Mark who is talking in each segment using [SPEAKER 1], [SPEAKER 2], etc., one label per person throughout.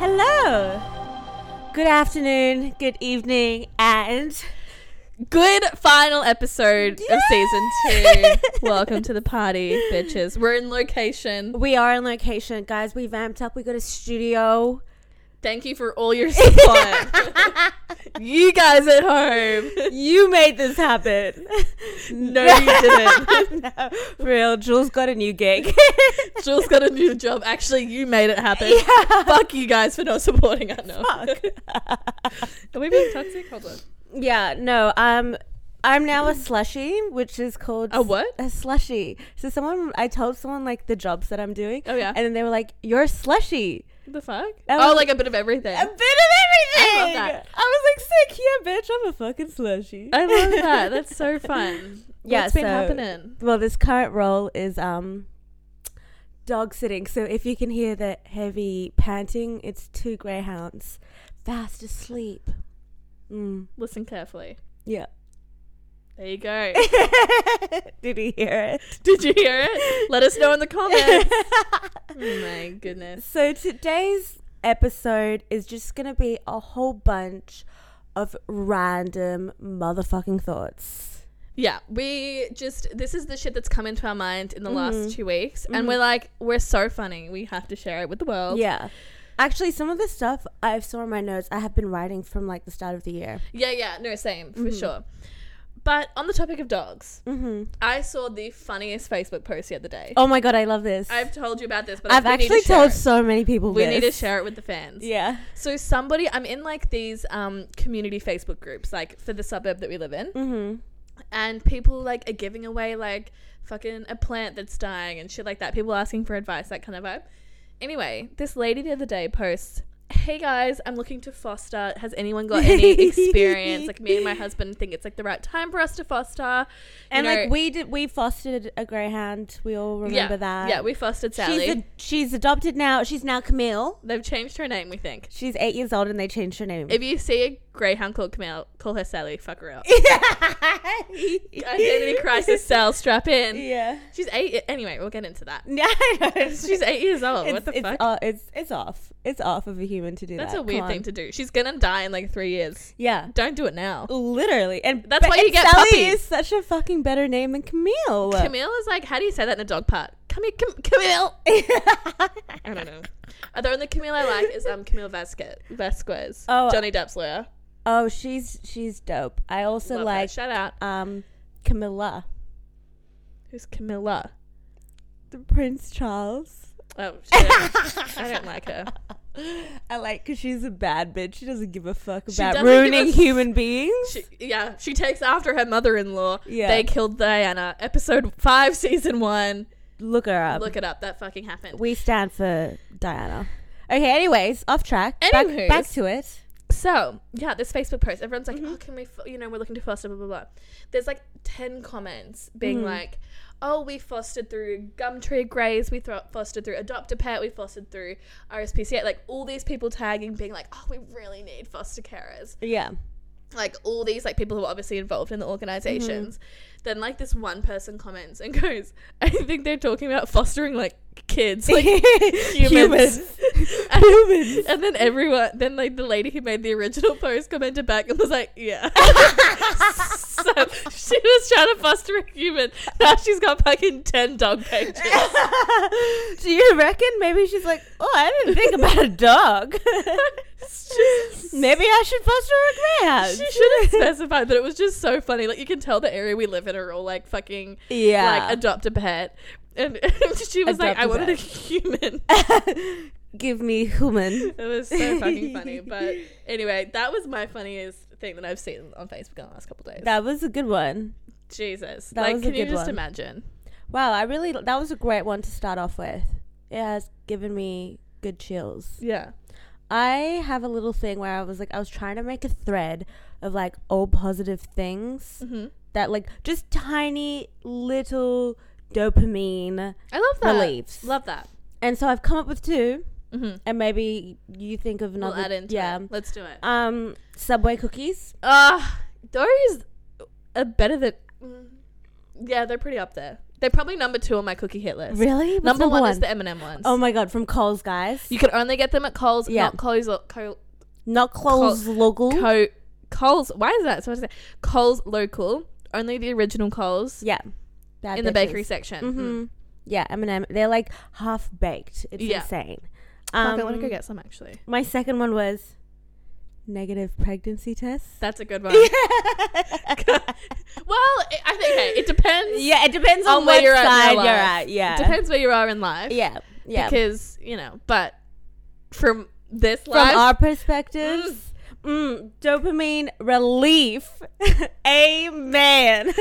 [SPEAKER 1] Hello. Good afternoon, good evening, and
[SPEAKER 2] Good final episode of season two.
[SPEAKER 1] Yeah.
[SPEAKER 2] Welcome to the party, bitches. We're in location.
[SPEAKER 1] we are on location, guys. We vamped up. We got a studio.
[SPEAKER 2] Thank you for all your support. you guys at home.
[SPEAKER 1] You made this happen.
[SPEAKER 2] No, you didn't.
[SPEAKER 1] no, for real. Jules got a new gig.
[SPEAKER 2] Jules got a new job. Actually, you made it happen. Fuck you guys for not supporting us. No. Are we being toxic? Hold on.
[SPEAKER 1] yeah, no. Um, I'm now a slushy, which is called
[SPEAKER 2] A what?
[SPEAKER 1] A slushy. So someone, I told someone like the jobs that I'm doing.
[SPEAKER 2] Oh, yeah.
[SPEAKER 1] and then they were like, "You're a slushy."
[SPEAKER 2] the fuck?
[SPEAKER 1] That
[SPEAKER 2] Oh,
[SPEAKER 1] was-
[SPEAKER 2] like a bit of everything.
[SPEAKER 1] A bit of everything.
[SPEAKER 2] I love that.
[SPEAKER 1] I was like, sick, yeah, bitch. I'm a fucking slushy.
[SPEAKER 2] I love that. That's so fun.
[SPEAKER 1] Yeah,
[SPEAKER 2] What's been
[SPEAKER 1] so-
[SPEAKER 2] happening?
[SPEAKER 1] well, this current role is um dog sitting. So if you can hear the heavy panting, it's two greyhounds fast asleep. Mm.
[SPEAKER 2] Listen carefully.
[SPEAKER 1] Yeah.
[SPEAKER 2] There you go.
[SPEAKER 1] Did he hear it?
[SPEAKER 2] Did you hear it? Let us know in the comments. oh my goodness.
[SPEAKER 1] So today's episode is just going to be a whole bunch of random motherfucking thoughts.
[SPEAKER 2] Yeah, we just this is the shit that's come into our mind in the
[SPEAKER 1] Mhm.
[SPEAKER 2] last two weeks, and
[SPEAKER 1] Mhm.
[SPEAKER 2] we're like, we're so funny. We have to share it with the world.
[SPEAKER 1] Yeah. Actually, some of the stuff I've saw in my notes I have been writing from like the start of the year.
[SPEAKER 2] yeah, yeah. No, same for
[SPEAKER 1] Mhm.
[SPEAKER 2] sure. But on the topic of dogs,
[SPEAKER 1] Mm-hmm.
[SPEAKER 2] I saw the funniest Facebook post the other day.
[SPEAKER 1] Oh my god, I love this.
[SPEAKER 2] I've told you about this, but I
[SPEAKER 1] I've
[SPEAKER 2] think we need
[SPEAKER 1] actually
[SPEAKER 2] to share
[SPEAKER 1] told
[SPEAKER 2] it.
[SPEAKER 1] so many people
[SPEAKER 2] we
[SPEAKER 1] this.
[SPEAKER 2] need to share it with the fans.
[SPEAKER 1] Yeah.
[SPEAKER 2] So somebody, I'm in like these um, community Facebook groups, like for the suburb that we live in,
[SPEAKER 1] Mm-hmm.
[SPEAKER 2] and people like are giving away like fucking a plant that's dying and shit like that. People asking for advice, that kind of vibe. Anyway, this lady the other day posts, "Hey guys, I'm looking to foster. Has anyone got any experience? Like me and my husband think it's like the right time for us to foster." You
[SPEAKER 1] And
[SPEAKER 2] know-
[SPEAKER 1] like we did, we fostered a greyhound. We all remember
[SPEAKER 2] yeah,
[SPEAKER 1] that.
[SPEAKER 2] yeah, we fostered Sally.
[SPEAKER 1] She's, a, she's adopted now. She's now Camille.
[SPEAKER 2] They've changed her name, we think.
[SPEAKER 1] She's eight years old, and they changed her name.
[SPEAKER 2] If you see a greyhound called Camille, call her Sally. Fuck her up. Identity
[SPEAKER 1] Identity
[SPEAKER 2] crisis cell. Strap in.
[SPEAKER 1] Yeah.
[SPEAKER 2] She's eight. Anyway, we'll get into that.
[SPEAKER 1] Yeah.
[SPEAKER 2] She's eight years old. what the
[SPEAKER 1] it's,
[SPEAKER 2] fuck?
[SPEAKER 1] uh, it's it's off. It's off of a human to do
[SPEAKER 2] That's
[SPEAKER 1] that.
[SPEAKER 2] a weird thing to do. She's gonna die in like three years.
[SPEAKER 1] Yeah.
[SPEAKER 2] Don't do it now.
[SPEAKER 1] Literally, and
[SPEAKER 2] That's why you
[SPEAKER 1] and
[SPEAKER 2] get
[SPEAKER 1] Sally
[SPEAKER 2] puppies.
[SPEAKER 1] is such a fucking better name than Camille.
[SPEAKER 2] Camille is like, how do you say that in a dog part? Come here, come, Camille. I don't know. Uh, The only Camille I like is um Camille Vasquez. Vasquez.
[SPEAKER 1] Oh.
[SPEAKER 2] Johnny Depp's lawyer.
[SPEAKER 1] Oh, she's she's dope. I also
[SPEAKER 2] Love her.
[SPEAKER 1] like
[SPEAKER 2] shout out.
[SPEAKER 1] um Camilla,
[SPEAKER 2] Who's Camilla?
[SPEAKER 1] the Prince Charles.
[SPEAKER 2] Oh, shit. I don't like her.
[SPEAKER 1] I like because she's a bad bitch. She doesn't give a fuck
[SPEAKER 2] She
[SPEAKER 1] about
[SPEAKER 2] doesn't give a
[SPEAKER 1] ruining
[SPEAKER 2] f-
[SPEAKER 1] human beings.
[SPEAKER 2] She, yeah, she takes after her mother-in-law.
[SPEAKER 1] Yeah.
[SPEAKER 2] They killed Diana. Episode five, season one.
[SPEAKER 1] Look her up.
[SPEAKER 2] Look it up. That fucking happened.
[SPEAKER 1] We stand for Diana. Okay. Anyways, off track. Back,
[SPEAKER 2] Anywho's.
[SPEAKER 1] back to it.
[SPEAKER 2] So yeah, this Facebook post, everyone's like, "Oh, can we? F- you know, we're looking to foster blah blah blah." There's like ten comments being like, "Oh, we fostered through Gumtree Grays, we thro- fostered through Adopt a Pet, we fostered through RSPCA." Like all these people tagging, being like, "Oh, we really need foster carers."
[SPEAKER 1] Yeah.
[SPEAKER 2] Like all these like people who are obviously involved in the organizations. Then like this one person comments and goes, "I think they're talking about fostering like kids, like humans. And-
[SPEAKER 1] Humans.
[SPEAKER 2] And then everyone, then like the lady who made the original post commented back and was like, "Yeah." so she was trying to foster a human. Now she's got fucking ten dog pages.
[SPEAKER 1] Do you reckon maybe she's like, oh, I didn't think about a dog. maybe I should foster a greyhound.
[SPEAKER 2] She should have specified that it was just so funny. Like you can tell the area we live in are all like fucking
[SPEAKER 1] Yeah.
[SPEAKER 2] like adopt a pet. And she was like,
[SPEAKER 1] Adopt
[SPEAKER 2] "I
[SPEAKER 1] a
[SPEAKER 2] wanted a
[SPEAKER 1] pet.
[SPEAKER 2] human."
[SPEAKER 1] Give me human.
[SPEAKER 2] It was so fucking funny. But anyway, that was my funniest thing that I've seen on Facebook in the last couple days.
[SPEAKER 1] That was a good one.
[SPEAKER 2] Jesus,
[SPEAKER 1] that
[SPEAKER 2] like,
[SPEAKER 1] was a
[SPEAKER 2] can you
[SPEAKER 1] good
[SPEAKER 2] just
[SPEAKER 1] one.
[SPEAKER 2] imagine?
[SPEAKER 1] Wow, I really that was a great one to start off with. It has given me good chills.
[SPEAKER 2] Yeah.
[SPEAKER 1] I have a little thing where I was like I was trying to make a thread of like all positive things
[SPEAKER 2] hmm
[SPEAKER 1] that like just tiny little dopamine
[SPEAKER 2] I love that.
[SPEAKER 1] reliefs.
[SPEAKER 2] Love that.
[SPEAKER 1] And so I've come up with two
[SPEAKER 2] Mm-hmm.
[SPEAKER 1] and maybe you think of another
[SPEAKER 2] We'll add into
[SPEAKER 1] yeah. uh,
[SPEAKER 2] it. Let's do it.
[SPEAKER 1] Um Subway cookies.
[SPEAKER 2] Ah, those are better than. Mm, Yeah, they're pretty up there. They're probably number two on my cookie hit list.
[SPEAKER 1] Really? What's
[SPEAKER 2] Number, one, is the M&M ones.
[SPEAKER 1] Oh my god, from Coles, guys.
[SPEAKER 2] you can only get them at Coles,
[SPEAKER 1] Yeah.
[SPEAKER 2] not Coles, lo- Co-
[SPEAKER 1] Not Coles local.
[SPEAKER 2] Co- Coles. Why is that? So what is that? Coles local, only the original Coles
[SPEAKER 1] yeah. Bad
[SPEAKER 2] in the
[SPEAKER 1] bitches.
[SPEAKER 2] bakery section. Hmm.
[SPEAKER 1] Mm-hmm. Yeah, M&M. They're like half baked. It's
[SPEAKER 2] Yeah.
[SPEAKER 1] insane.
[SPEAKER 2] Fuck,
[SPEAKER 1] Um,
[SPEAKER 2] I want to go get some actually.
[SPEAKER 1] my second one was negative pregnancy tests.
[SPEAKER 2] That's a good one.
[SPEAKER 1] yeah,
[SPEAKER 2] Well, I I think hey, it depends.
[SPEAKER 1] it depends
[SPEAKER 2] On
[SPEAKER 1] on,
[SPEAKER 2] where
[SPEAKER 1] what
[SPEAKER 2] you're at in your
[SPEAKER 1] side you're
[SPEAKER 2] life.
[SPEAKER 1] at. Yeah.
[SPEAKER 2] Depends where you are in life.
[SPEAKER 1] Yeah. Yeah.
[SPEAKER 2] Because you know, but from this
[SPEAKER 1] From
[SPEAKER 2] life,
[SPEAKER 1] our perspectives, mm, dopamine relief. Amen.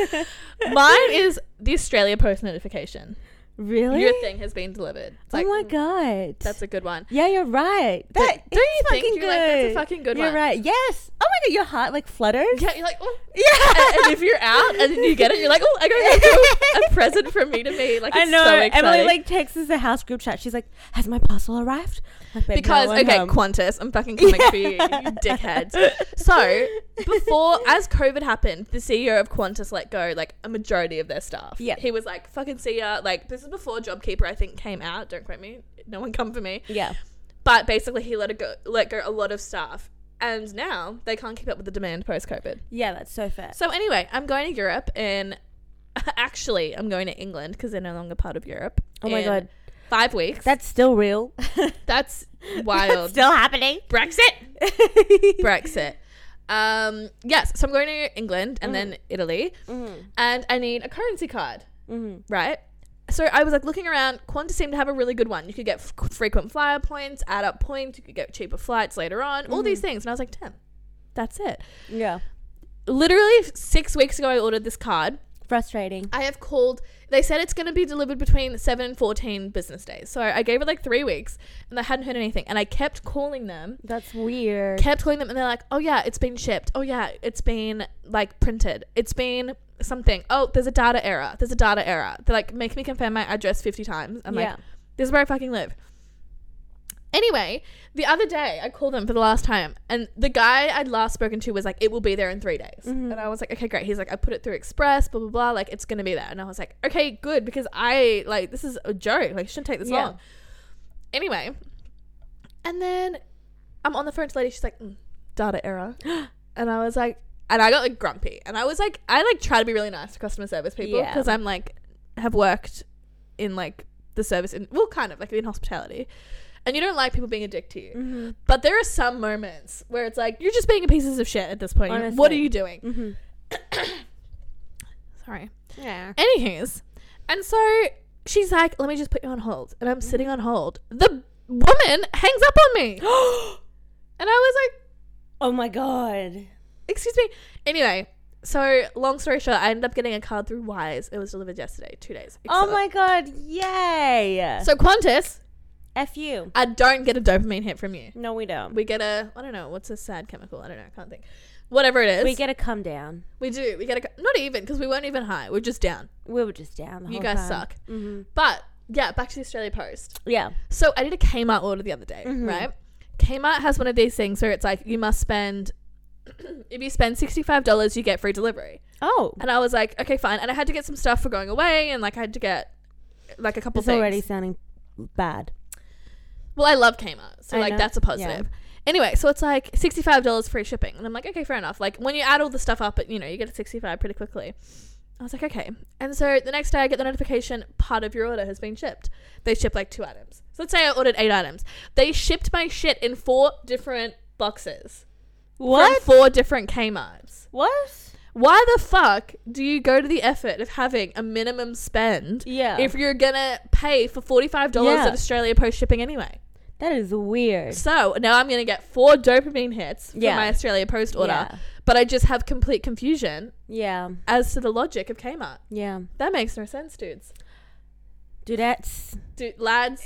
[SPEAKER 2] mine is the Australia Post notification.
[SPEAKER 1] really?
[SPEAKER 2] Your thing has been delivered. It's like, mm,
[SPEAKER 1] oh my god.
[SPEAKER 2] that's a good one.
[SPEAKER 1] yeah, you're right. That is
[SPEAKER 2] don't you think?
[SPEAKER 1] fucking
[SPEAKER 2] You're
[SPEAKER 1] good.
[SPEAKER 2] like, that's a fucking good
[SPEAKER 1] You're
[SPEAKER 2] one.
[SPEAKER 1] right. Yes. Oh my god, your heart like flutters.
[SPEAKER 2] Yeah, you're like, oh.
[SPEAKER 1] Yeah.
[SPEAKER 2] and, and if you're out and then you get it, you're like, oh, I got a- a present from me to me. Like, it's
[SPEAKER 1] I know.
[SPEAKER 2] so
[SPEAKER 1] Emily
[SPEAKER 2] exciting.
[SPEAKER 1] like texts us a house group chat. She's like, "Has my parcel arrived?" I'm like, "Babe, no, um,
[SPEAKER 2] because
[SPEAKER 1] I'm
[SPEAKER 2] okay,
[SPEAKER 1] home."
[SPEAKER 2] Qantas, I'm fucking coming for you, you dickheads. So before, as COVID happened, the CEO of Qantas let go like a majority of their staff.
[SPEAKER 1] Yeah.
[SPEAKER 2] he was like, "Fucking see ya." Like this is before JobKeeper, I think, came out. Don't quote me. No one come for me.
[SPEAKER 1] yeah,
[SPEAKER 2] But basically, he let it go, let go a lot of staff, and now they can't keep up with the demand post COVID.
[SPEAKER 1] yeah, that's so fair.
[SPEAKER 2] So anyway, I'm going to Europe in. Actually, I'm going to England because they're no longer part of Europe.
[SPEAKER 1] Oh my
[SPEAKER 2] in
[SPEAKER 1] god,
[SPEAKER 2] Five weeks.
[SPEAKER 1] that's still real. That's
[SPEAKER 2] that's wild.
[SPEAKER 1] still happening.
[SPEAKER 2] Brexit. Brexit. Um, yes, so I'm going to England and then Italy,
[SPEAKER 1] Mm-hmm.
[SPEAKER 2] and I need a currency card,
[SPEAKER 1] Mhm.
[SPEAKER 2] right? So I was like looking around. Qantas seemed to have a really good one. You could get f- frequent flyer points, add up points. You could get cheaper flights later on. All these things, and I was like, damn, that's it.
[SPEAKER 1] Yeah,
[SPEAKER 2] Literally six weeks ago, I ordered this card.
[SPEAKER 1] frustrating.
[SPEAKER 2] I have called. They said it's going to be delivered between seven and fourteen business days. So I gave it like three weeks, and I hadn't heard anything. And I kept calling them,
[SPEAKER 1] That's weird.
[SPEAKER 2] kept calling them and they're like, oh yeah, it's been shipped. Oh yeah, it's been like printed. It's been something. Oh, there's a data error. There's a data error. They're like, make me confirm my address 50 times. I'm
[SPEAKER 1] Yeah.
[SPEAKER 2] like, this is where I fucking live. Anyway, the other day I called them for the last time and the guy I'd last spoken to was like, it will be there in three days.
[SPEAKER 1] Mm-hmm.
[SPEAKER 2] And I was like, okay, great. He's like, I put it through Express, blah, blah, blah. Like, it's going to be there. And I was like, okay, good. Because I, like, this is a joke. Like, it shouldn't take this
[SPEAKER 1] Yeah.
[SPEAKER 2] long. Anyway, and then I'm on the phone to the lady. She's like, mm, data error. And I was like, and I got like grumpy. And I was like, I like try to be really nice to customer service people
[SPEAKER 1] Yeah.
[SPEAKER 2] because I'm like, have worked in like the service, in, well, kind of like in hospitality. And you don't like people being a dick to you.
[SPEAKER 1] Mhm.
[SPEAKER 2] But there are some moments where it's like, you're just being a pieces of shit at this point. You- What are
[SPEAKER 1] Honestly. Mm,
[SPEAKER 2] you doing?
[SPEAKER 1] Mhm.
[SPEAKER 2] Sorry.
[SPEAKER 1] Yeah.
[SPEAKER 2] Anyways, and so she's like, let me just put you on hold. And I'm sitting on hold. The woman hangs up on me. and I was like,
[SPEAKER 1] Oh my god.
[SPEAKER 2] excuse me. Anyway, so long story short, I ended up getting a card through Wise. It was delivered yesterday, two days.
[SPEAKER 1] Oh my god. Yay.
[SPEAKER 2] So Qantas,
[SPEAKER 1] F you.
[SPEAKER 2] I don't get a dopamine hit from you.
[SPEAKER 1] No, we don't.
[SPEAKER 2] We get a, I don't know, what's a sad chemical? I don't know, I can't think. Whatever it is,
[SPEAKER 1] We get a come down.
[SPEAKER 2] we do. We get a, not even because we weren't even high. We're just down.
[SPEAKER 1] We were just down. The
[SPEAKER 2] You
[SPEAKER 1] whole
[SPEAKER 2] guys
[SPEAKER 1] time.
[SPEAKER 2] suck.
[SPEAKER 1] Mhm.
[SPEAKER 2] But yeah, back to the Australia Post.
[SPEAKER 1] Yeah.
[SPEAKER 2] So I did a Kmart order the other day,
[SPEAKER 1] Mhm.
[SPEAKER 2] right? Kmart has one of these things where it's like you must spend if you spend sixty five dollars you get free delivery.
[SPEAKER 1] Oh,
[SPEAKER 2] And I was like, okay, fine. And I had to get some stuff for going away and like I had to get like a couple
[SPEAKER 1] it's
[SPEAKER 2] things.
[SPEAKER 1] already sounding bad.
[SPEAKER 2] well, I love Kmart. So
[SPEAKER 1] I
[SPEAKER 2] like
[SPEAKER 1] know.
[SPEAKER 2] that's a positive. Anyway, so it's like sixty five dollars free shipping. And I'm like, okay, fair enough. Like when you add all the stuff up, you know, you get sixty five pretty quickly. I was like, okay. And so the next day I get the notification part of your order has been shipped. They ship like two items. So let's say I ordered eight items. They shipped my shit in four different boxes.
[SPEAKER 1] What?
[SPEAKER 2] From four different Kmarts.
[SPEAKER 1] What?
[SPEAKER 2] Why the fuck do you go to the effort of having a minimum spend
[SPEAKER 1] Yeah.
[SPEAKER 2] if you're gonna pay for forty five dollars
[SPEAKER 1] Yeah.
[SPEAKER 2] at Australia Post shipping anyway?
[SPEAKER 1] that is weird.
[SPEAKER 2] So now I'm gonna get four dopamine hits from
[SPEAKER 1] Yeah.
[SPEAKER 2] my Australia Post order,
[SPEAKER 1] Yeah.
[SPEAKER 2] but I just have complete confusion
[SPEAKER 1] Yeah.
[SPEAKER 2] as to the logic of Kmart.
[SPEAKER 1] Yeah.
[SPEAKER 2] That makes no sense, dudes.
[SPEAKER 1] Dudettes.
[SPEAKER 2] Dude, lads,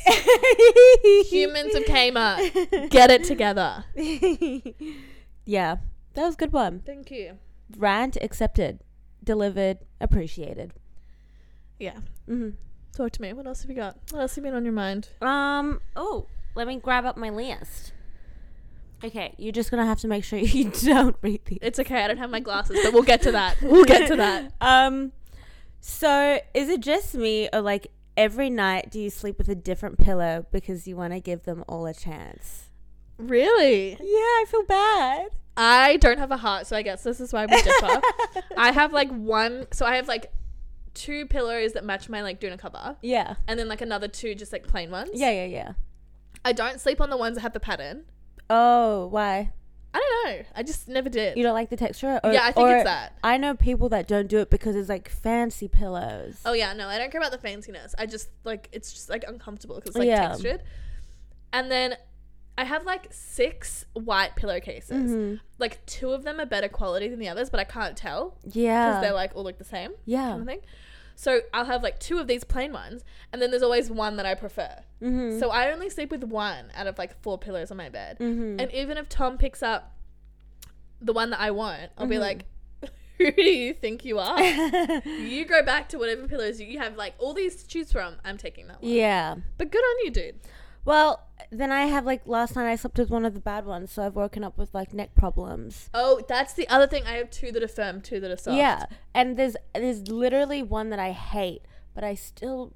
[SPEAKER 2] humans of Kmart, get it together.
[SPEAKER 1] yeah. That was a good one.
[SPEAKER 2] Thank you.
[SPEAKER 1] Rant accepted, delivered, appreciated.
[SPEAKER 2] Yeah,
[SPEAKER 1] hmm
[SPEAKER 2] talk to me. What else have you got? What else have been on your mind?
[SPEAKER 1] Um. Oh, let me grab up my list. Okay, you're just gonna have to make sure you don't read these.
[SPEAKER 2] It's okay. I don't have my glasses, but we'll get to that. We'll get to that.
[SPEAKER 1] Um. So, is it just me, or like every night do you sleep with a different pillow because you want to give them all a chance?
[SPEAKER 2] Really?
[SPEAKER 1] Yeah, I feel bad.
[SPEAKER 2] I don't have a heart, so I guess this is why we differ. I have like one, so I have like two pillows that match my like Duna cover,
[SPEAKER 1] Yeah.
[SPEAKER 2] and then like another two just like plain ones.
[SPEAKER 1] Yeah, yeah, yeah.
[SPEAKER 2] I don't sleep on the ones that have the pattern.
[SPEAKER 1] Oh, why?
[SPEAKER 2] I don't know. I just never did.
[SPEAKER 1] You don't like the texture? Or,
[SPEAKER 2] yeah, I think
[SPEAKER 1] or-
[SPEAKER 2] it's that.
[SPEAKER 1] I know people that don't do it because it's like fancy pillows.
[SPEAKER 2] Oh yeah, no, I don't care about the fanciness. I just like it's just like uncomfortable because it's like
[SPEAKER 1] Yeah.
[SPEAKER 2] textured. And then I have like six white pillowcases.
[SPEAKER 1] Mhm.
[SPEAKER 2] Like two of them are better quality than the others, but I can't tell because
[SPEAKER 1] Yeah.
[SPEAKER 2] they're like all look the same kind
[SPEAKER 1] Yeah.
[SPEAKER 2] of thing. So I'll have like two of these plain ones, and then there's always one that I prefer.
[SPEAKER 1] Mm-hmm.
[SPEAKER 2] So I only sleep with one out of like four pillows on my bed.
[SPEAKER 1] mm-hmm.
[SPEAKER 2] And even if Tom picks up the one that I want, I'll
[SPEAKER 1] Mm-hmm.
[SPEAKER 2] be like, "Who do you think you are?" You go back to whatever pillows you you have, like all these to choose from. I'm taking that one.
[SPEAKER 1] yeah.
[SPEAKER 2] But good on you, dude.
[SPEAKER 1] Well, then I have like last night I slept with one of the bad ones, so I've woken up with like neck problems.
[SPEAKER 2] Oh, that's the other thing. I have two that are firm, two that are soft.
[SPEAKER 1] Yeah, and there's there's literally one that I hate, but I still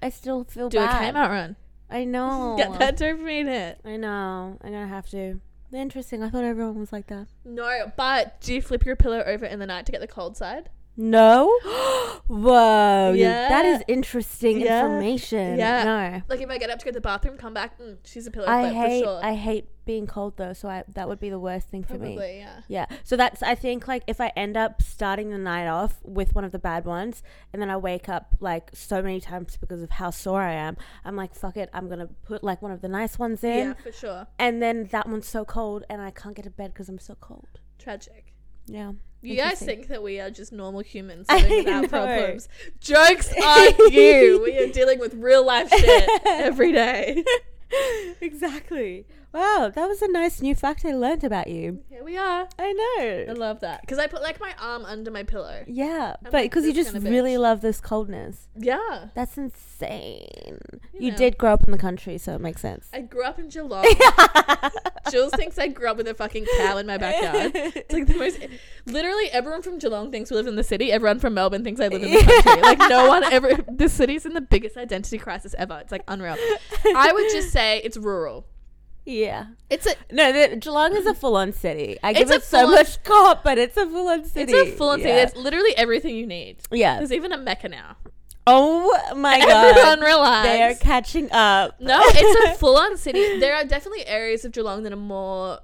[SPEAKER 1] I still feel
[SPEAKER 2] Do a
[SPEAKER 1] bad.
[SPEAKER 2] Kmart run.
[SPEAKER 1] I know.
[SPEAKER 2] Get that dopamine hit.
[SPEAKER 1] I know. I'm gonna have to. Interesting. I thought everyone was like that.
[SPEAKER 2] No, but do you flip your pillow over in the night to get the cold side?
[SPEAKER 1] No. Whoa. you- That
[SPEAKER 2] Yeah.
[SPEAKER 1] is interesting
[SPEAKER 2] Yeah.
[SPEAKER 1] information.
[SPEAKER 2] Yeah.
[SPEAKER 1] No.
[SPEAKER 2] Like if I get up to go to the bathroom, come back, mm, she's a pillow
[SPEAKER 1] I
[SPEAKER 2] flip
[SPEAKER 1] hate.
[SPEAKER 2] for sure.
[SPEAKER 1] I hate being cold though. So I that would be the worst thing for
[SPEAKER 2] Probably,
[SPEAKER 1] me.
[SPEAKER 2] yeah.
[SPEAKER 1] Yeah. So that's I think like if I end up starting the night off with one of the bad ones and then I wake up like so many times because of how sore I am, I'm like, fuck it, I'm gonna put like one of the nice ones in
[SPEAKER 2] yeah, for sure.
[SPEAKER 1] and then that one's so cold and I can't get to bed because I'm so cold.
[SPEAKER 2] Tragic.
[SPEAKER 1] Yeah.
[SPEAKER 2] You guys
[SPEAKER 1] Interesting.
[SPEAKER 2] think that we are just normal humans
[SPEAKER 1] I
[SPEAKER 2] dealing with our
[SPEAKER 1] know.
[SPEAKER 2] problems. Jokes on you. We are dealing with real life shit every day.
[SPEAKER 1] exactly. Wow, that was a nice new fact I learned about you.
[SPEAKER 2] Here we are.
[SPEAKER 1] I
[SPEAKER 2] I
[SPEAKER 1] know.
[SPEAKER 2] love that. Because I put like my arm under my pillow.
[SPEAKER 1] Yeah,
[SPEAKER 2] I'm
[SPEAKER 1] but
[SPEAKER 2] like
[SPEAKER 1] because you
[SPEAKER 2] this
[SPEAKER 1] just
[SPEAKER 2] kinda bitch.
[SPEAKER 1] really love this coldness.
[SPEAKER 2] Yeah.
[SPEAKER 1] That's insane.
[SPEAKER 2] You
[SPEAKER 1] You,
[SPEAKER 2] know.
[SPEAKER 1] did grow up in the country, so it makes sense.
[SPEAKER 2] I grew up in Geelong. Jules thinks I grew up with a fucking cow in my backyard. It's like the most. Literally, everyone from Geelong thinks we live in the city. Everyone from Melbourne thinks I live in the country. Like no one ever. The city's in the biggest identity crisis ever. It's like unreal. I would just say it's rural.
[SPEAKER 1] Yeah.
[SPEAKER 2] It's a
[SPEAKER 1] No, the, Geelong is a full-on city. I give
[SPEAKER 2] a
[SPEAKER 1] it so
[SPEAKER 2] full-on-
[SPEAKER 1] much cop, but it's a full-on city.
[SPEAKER 2] It's a full on
[SPEAKER 1] yeah.
[SPEAKER 2] thing. It's literally everything you need.
[SPEAKER 1] Yeah.
[SPEAKER 2] There's even a mecca now.
[SPEAKER 1] Oh my
[SPEAKER 2] Everyone
[SPEAKER 1] god. They are
[SPEAKER 2] relax.
[SPEAKER 1] catching up.
[SPEAKER 2] No, it's a full on city. There are definitely areas of Geelong that are more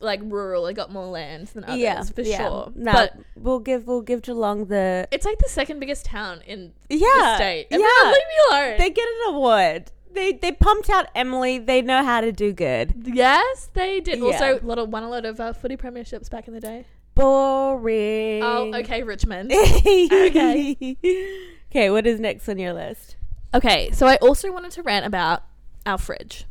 [SPEAKER 2] like rural and got more land than others
[SPEAKER 1] yeah,
[SPEAKER 2] for
[SPEAKER 1] yeah.
[SPEAKER 2] sure.
[SPEAKER 1] No,
[SPEAKER 2] But
[SPEAKER 1] we'll give we'll give Geelong the
[SPEAKER 2] it's like the second biggest town in the
[SPEAKER 1] yeah
[SPEAKER 2] state. Everyone,
[SPEAKER 1] yeah.
[SPEAKER 2] leave me alone.
[SPEAKER 1] They get an award. They they pumped out Emily. They know how to do good.
[SPEAKER 2] yes, they did. Also,
[SPEAKER 1] Yeah.
[SPEAKER 2] a lot of, won a lot of uh, footy premierships back in the day.
[SPEAKER 1] Boring.
[SPEAKER 2] Oh, okay, Richmond.
[SPEAKER 1] okay. okay. What is next on your list?
[SPEAKER 2] okay, so I also wanted to rant about our fridge.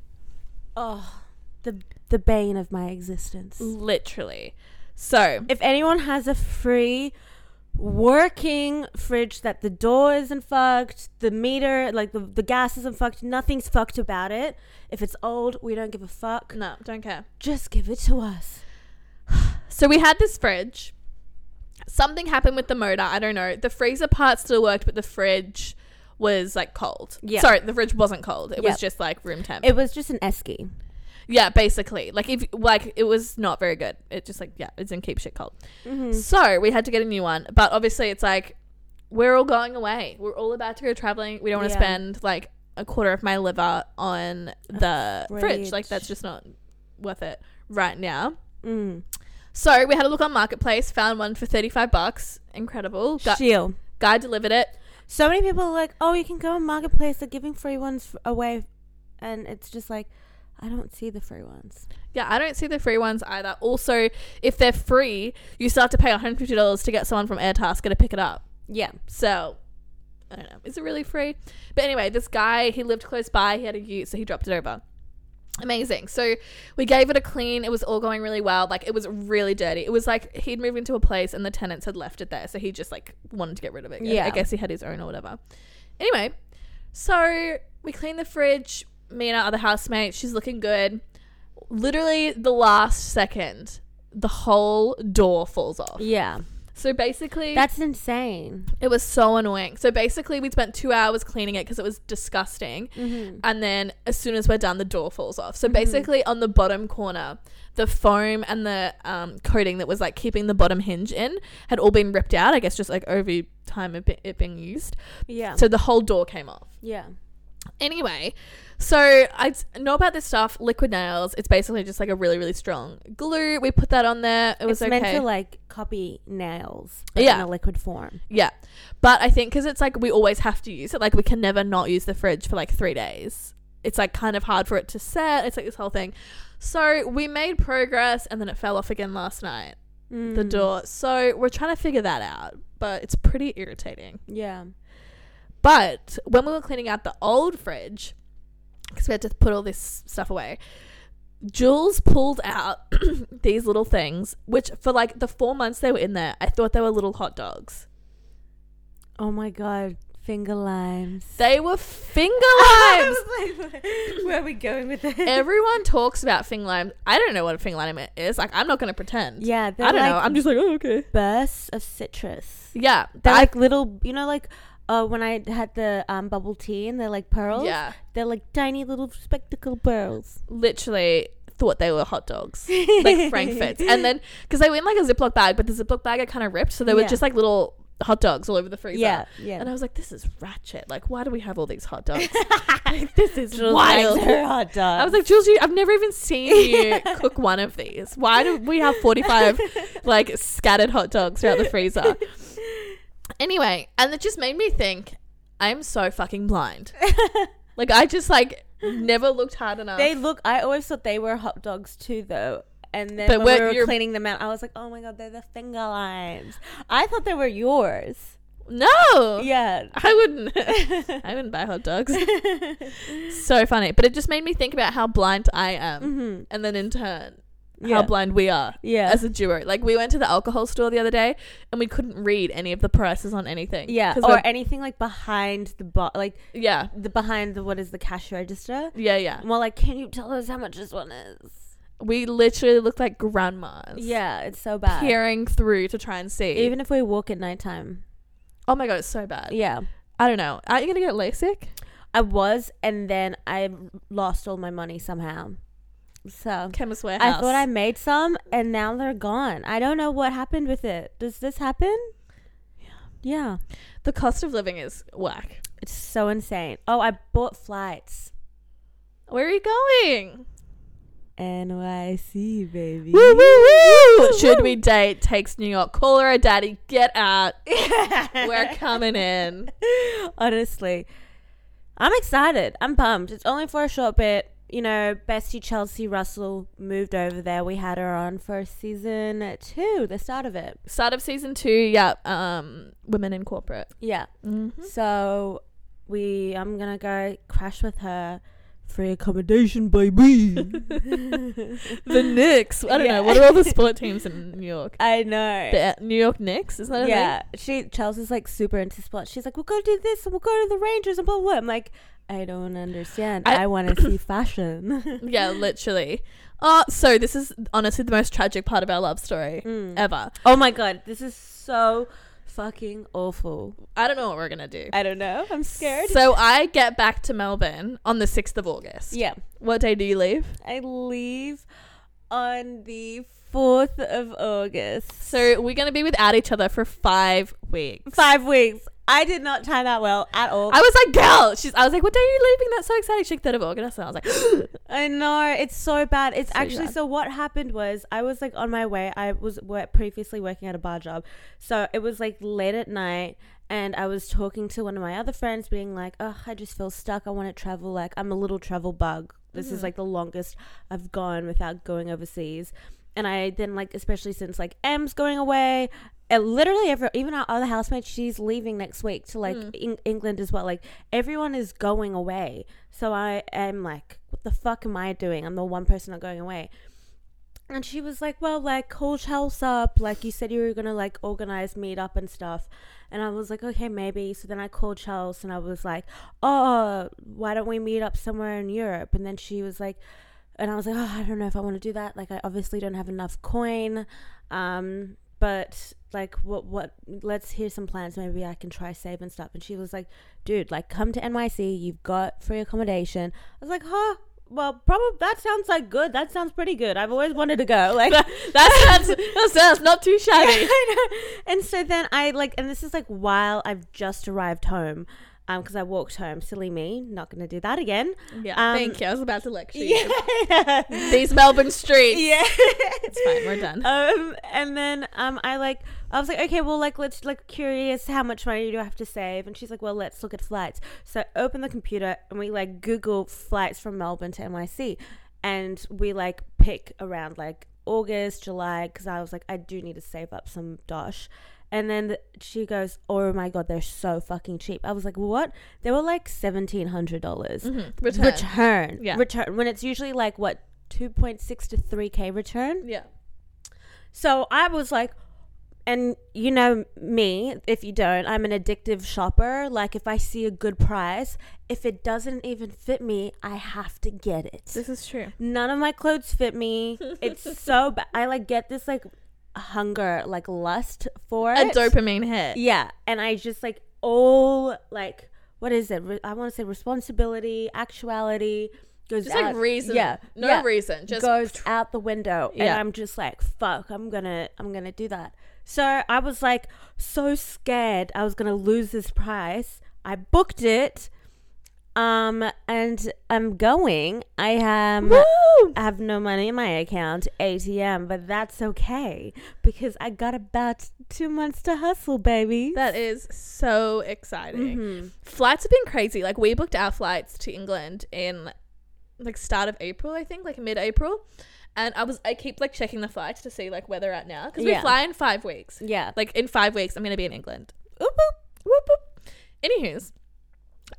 [SPEAKER 1] Oh, the the bane of my existence.
[SPEAKER 2] Literally. So,
[SPEAKER 1] if anyone has a free working fridge that the door isn't fucked, the meter, like the, the gas isn't fucked, nothing's fucked about it. If it's old, we don't give a fuck.
[SPEAKER 2] no, don't care.
[SPEAKER 1] Just give it to us.
[SPEAKER 2] So we had this fridge. Something happened with the motor. I don't know. The freezer part still worked, but the fridge was like cold.
[SPEAKER 1] Yeah.
[SPEAKER 2] Sorry, the fridge wasn't cold. It was
[SPEAKER 1] Yep.
[SPEAKER 2] just like room temp.
[SPEAKER 1] It was just an esky.
[SPEAKER 2] yeah, basically. Like if like it was not very good. It just like yeah, it didn't keep shit cold.
[SPEAKER 1] Mm-hmm.
[SPEAKER 2] So we had to get a new one. But obviously it's like we're all going away. We're all about to go traveling. We don't want to
[SPEAKER 1] Yeah.
[SPEAKER 2] spend like a quarter of my liver on the fridge.
[SPEAKER 1] fridge.
[SPEAKER 2] Like that's just not worth it right now.
[SPEAKER 1] Mm.
[SPEAKER 2] So we had a look on Marketplace, found one for 35 bucks. Incredible. Gu-
[SPEAKER 1] Shield.
[SPEAKER 2] guy delivered it.
[SPEAKER 1] So many people are like, oh, you can go on Marketplace, they're giving free ones f- away. And it's just like, I don't see the free ones.
[SPEAKER 2] Yeah, I don't see the free ones either. Also, if they're free, you still have to pay $150 to get someone from Airtasker to pick it up.
[SPEAKER 1] Yeah.
[SPEAKER 2] So, I don't know. Is it really free? But anyway, this guy, he lived close by. He had a ute, so he dropped it over. Amazing. So we gave it a clean. It was all going really well. Like, it was really dirty. It was like he'd moved into a place and the tenants had left it there. So he just, like, wanted to get rid of it.
[SPEAKER 1] Yeah.
[SPEAKER 2] I guess he had his own or whatever. Anyway, so we cleaned the fridge. Me and our other housemate, she's looking good. Literally, the last second, the whole door falls off.
[SPEAKER 1] Yeah.
[SPEAKER 2] So basically,
[SPEAKER 1] That's insane.
[SPEAKER 2] it was so annoying. So basically, we spent two hours cleaning it because it was disgusting.
[SPEAKER 1] Mm-hmm.
[SPEAKER 2] And then as soon as we're done, the door falls off. So basically, on the bottom corner, the foam and the um, coating that was like keeping the bottom hinge in had all been ripped out. I guess just like over time of it it being used.
[SPEAKER 1] Yeah.
[SPEAKER 2] So the whole door came off.
[SPEAKER 1] yeah.
[SPEAKER 2] Anyway, so I t- know about this stuff, liquid nails. It's basically just like a really, really strong glue. We put that on there. It
[SPEAKER 1] it's
[SPEAKER 2] was okay.
[SPEAKER 1] meant to like copy nails but in
[SPEAKER 2] Yeah.
[SPEAKER 1] a liquid form.
[SPEAKER 2] yeah. But I think because it's like we always have to use it, like we can never not use the fridge for like three days. It's like kind of hard for it to set. It's like this whole thing. So we made progress and then it fell off again last night, the
[SPEAKER 1] Mm.
[SPEAKER 2] door. So we're trying to figure that out, but it's pretty irritating.
[SPEAKER 1] Yeah.
[SPEAKER 2] But when we were cleaning out the old fridge, because we had to put all this stuff away, Jules pulled out these little things, which for like the four months they were in there, I thought they were little hot dogs.
[SPEAKER 1] Oh my god. Finger limes.
[SPEAKER 2] They were finger
[SPEAKER 1] I
[SPEAKER 2] limes.
[SPEAKER 1] was like, where- where are we going with this?
[SPEAKER 2] Everyone talks about finger limes. I don't know what a finger lime is. Like, I'm not going to pretend.
[SPEAKER 1] yeah, they're
[SPEAKER 2] I don't
[SPEAKER 1] like
[SPEAKER 2] know. I'm just like, oh, okay.
[SPEAKER 1] bursts of citrus.
[SPEAKER 2] Yeah.
[SPEAKER 1] They're
[SPEAKER 2] I-
[SPEAKER 1] like little, you know, like uh, when I had the um, bubble tea and they're like pearls.
[SPEAKER 2] yeah.
[SPEAKER 1] They're like tiny little spectacle pearls.
[SPEAKER 2] Literally thought they were hot dogs. like Frankfurts. And then because they were in like a Ziploc bag, but the Ziploc bag had kind of ripped, so they were
[SPEAKER 1] Yeah.
[SPEAKER 2] just like little hot dogs all over the freezer.
[SPEAKER 1] yeah, yeah.
[SPEAKER 2] And I was like, this is ratchet. Like, why do we have all these hot dogs? Like, this is
[SPEAKER 1] Jules
[SPEAKER 2] wild.
[SPEAKER 1] likes her hot dog.
[SPEAKER 2] I was like, Jules, you, I've never even seen you cook one of these. Why do we have 45 like scattered hot dogs throughout the freezer? Anyway, and it just made me think, I'm so fucking blind. like, I just like never looked hard enough.
[SPEAKER 1] they look. I always thought they were hot dogs too, though. And then
[SPEAKER 2] But
[SPEAKER 1] when
[SPEAKER 2] we're-
[SPEAKER 1] we were
[SPEAKER 2] you're-
[SPEAKER 1] cleaning them out, I was like, oh my god, they're the finger limes. I thought they were yours.
[SPEAKER 2] no.
[SPEAKER 1] Yeah.
[SPEAKER 2] I wouldn't. I wouldn't buy hot dogs. so funny, but it just made me think about how blind I am,
[SPEAKER 1] hmm
[SPEAKER 2] and then in turn,
[SPEAKER 1] Yeah.
[SPEAKER 2] how blind we are
[SPEAKER 1] Yeah.
[SPEAKER 2] as a duo. Like we went to the alcohol store the other day, and we couldn't read any of the prices on anything.
[SPEAKER 1] yeah.
[SPEAKER 2] 'Cause
[SPEAKER 1] Or
[SPEAKER 2] we're-
[SPEAKER 1] anything like behind the bo- like
[SPEAKER 2] yeah,
[SPEAKER 1] the behind the what is the cash register?
[SPEAKER 2] yeah, yeah.
[SPEAKER 1] Well, like, can you tell us how much this one is?
[SPEAKER 2] We literally look like grandmas.
[SPEAKER 1] Yeah, it's so bad.
[SPEAKER 2] peering through to try and see.
[SPEAKER 1] Even if we walk at nighttime.
[SPEAKER 2] oh my god, it's so bad.
[SPEAKER 1] Yeah.
[SPEAKER 2] I don't know. Are you gonna get LASIK?
[SPEAKER 1] I was, and then I lost all my money somehow. So
[SPEAKER 2] Chemist
[SPEAKER 1] I
[SPEAKER 2] Warehouse.
[SPEAKER 1] thought I made some, and now they're gone. I don't know what happened with it. Does this happen? Yeah.
[SPEAKER 2] the cost of living is whack.
[SPEAKER 1] It's so insane. Oh, I bought flights.
[SPEAKER 2] Where are you going?
[SPEAKER 1] NYC, baby.
[SPEAKER 2] Woo, woo, woo. Should we date? Takes New York. Call her a daddy. Get out. We're coming in.
[SPEAKER 1] Honestly, I'm excited. I'm pumped. It's only for a short bit. You know, Bestie Chelsea Russell moved over there. We had her on for season two, the start of it.
[SPEAKER 2] Start of season two. Yeah. Um, women in corporate.
[SPEAKER 1] Yeah.
[SPEAKER 2] Mm-hmm.
[SPEAKER 1] So we, I'm gonna go crash with her. Free accommodation, baby.
[SPEAKER 2] The Knicks. I don't
[SPEAKER 1] Yeah.
[SPEAKER 2] know. What are all the sport teams in New York?
[SPEAKER 1] I know.
[SPEAKER 2] The uh, New York Knicks. Isn't that a
[SPEAKER 1] yeah, she Chelsea's like super into sports. She's like, "We'll go do this, and we'll go to the Rangers, and blah blah." blah." I'm like, I don't understand. I,
[SPEAKER 2] I-
[SPEAKER 1] want to see fashion.
[SPEAKER 2] thing? Yeah, literally. Uh, so this is honestly the most tragic part of our love story
[SPEAKER 1] Mm.
[SPEAKER 2] ever.
[SPEAKER 1] Oh my god, this is so fucking awful.
[SPEAKER 2] I don't know what we're gonna do.
[SPEAKER 1] I don't know. I'm scared.
[SPEAKER 2] So I get back to Melbourne on the sixth of August.
[SPEAKER 1] yeah,
[SPEAKER 2] What day do you leave?
[SPEAKER 1] I leave on the fourth of August.
[SPEAKER 2] So we're gonna be without each other for five weeks.
[SPEAKER 1] five weeks. I did not time that well at all.
[SPEAKER 2] I was like, girl, she's. I was like, what day are you leaving? That's so exciting. She's like, third of August. And I was like,
[SPEAKER 1] I know it's so bad. It's
[SPEAKER 2] So
[SPEAKER 1] actually
[SPEAKER 2] bad.
[SPEAKER 1] so. What happened was I was like on my way. I was wor- previously working at a bar job, so it was like late at night, and I was talking to one of my other friends, being like, "Oh, I just feel stuck. I want to travel. Like I'm a little travel bug. This is like the longest I've gone without going overseas." And I then like, especially since like M's going away, and literally every even our other housemate, she's leaving next week to like Eng- England as well. Like everyone is going away, so I am like, what the fuck am I doing? I'm the one person not going away. And she was like, well, like call Chelsea up. Like you said you were gonna like organize meet up and stuff. And I was like, okay, maybe. So then I called Chelsea and I was like, oh, why don't we meet up somewhere in Europe? And then she was like. And I was like, oh, I don't know if I want to do that. Like, I obviously don't have enough coin. Um, but like what what let's hear some plans maybe i can try save and stuff and she was like dude like come to nyc you've got free accommodation i was like huh well probably that sounds like good that sounds pretty good i've always wanted to go like
[SPEAKER 2] That sounds, that sounds not too shabby.
[SPEAKER 1] and so then i like and this is like while i've just arrived home um because i walked home silly me not gonna do that again
[SPEAKER 2] Yeah,
[SPEAKER 1] Um,
[SPEAKER 2] thank you. I was about to lecture you.
[SPEAKER 1] yeah
[SPEAKER 2] These Melbourne streets.
[SPEAKER 1] yeah
[SPEAKER 2] It's fine. We're done.
[SPEAKER 1] um and then um i like i was like okay well like let's like curious how much money do i have to save and she's like well let's look at flights so I open the computer and we like google flights from melbourne to nyc and we like pick around like august july because i was like i do need to save up some dosh and then she goes oh my god they're so fucking cheap i was like what they were like $1700 dollars
[SPEAKER 2] Mm-hmm. Return.
[SPEAKER 1] return
[SPEAKER 2] Yeah.
[SPEAKER 1] return when it's usually like what 2.6 to 3k return
[SPEAKER 2] Yeah.
[SPEAKER 1] so I was like, and you know me, if you don't, I'm an addictive shopper. Like, if I see a good price, if it doesn't even fit me, I have to get it.
[SPEAKER 2] This is true.
[SPEAKER 1] None of my clothes fit me. It's so bad. I like get this like hunger, like lust for
[SPEAKER 2] A
[SPEAKER 1] it.
[SPEAKER 2] dopamine hit.
[SPEAKER 1] Yeah, and I just like all like what is it? Re- I want to say responsibility, actuality goes
[SPEAKER 2] Just like
[SPEAKER 1] out-
[SPEAKER 2] reason.
[SPEAKER 1] Yeah,
[SPEAKER 2] No
[SPEAKER 1] yeah
[SPEAKER 2] reason. Just
[SPEAKER 1] goes out the window and
[SPEAKER 2] Yeah.
[SPEAKER 1] i'm just like fuck i'm gonna i'm gonna do that so i was like so scared i was gonna lose this price i booked it um and i'm going i am I have no money in my account, ATM, but that's okay because I got about two months to hustle, baby.
[SPEAKER 2] That is so exciting.
[SPEAKER 1] Mhm.
[SPEAKER 2] Flights have been crazy. Like we booked our flights to England in like start of April, I think, like mid April. And I was I keep like checking the flights to see like where they're at now. Because we
[SPEAKER 1] Yeah.
[SPEAKER 2] fly in five weeks.
[SPEAKER 1] Yeah.
[SPEAKER 2] Like in five weeks I'm gonna be in England.
[SPEAKER 1] Oop, oop, oop, oop.
[SPEAKER 2] Anywho's.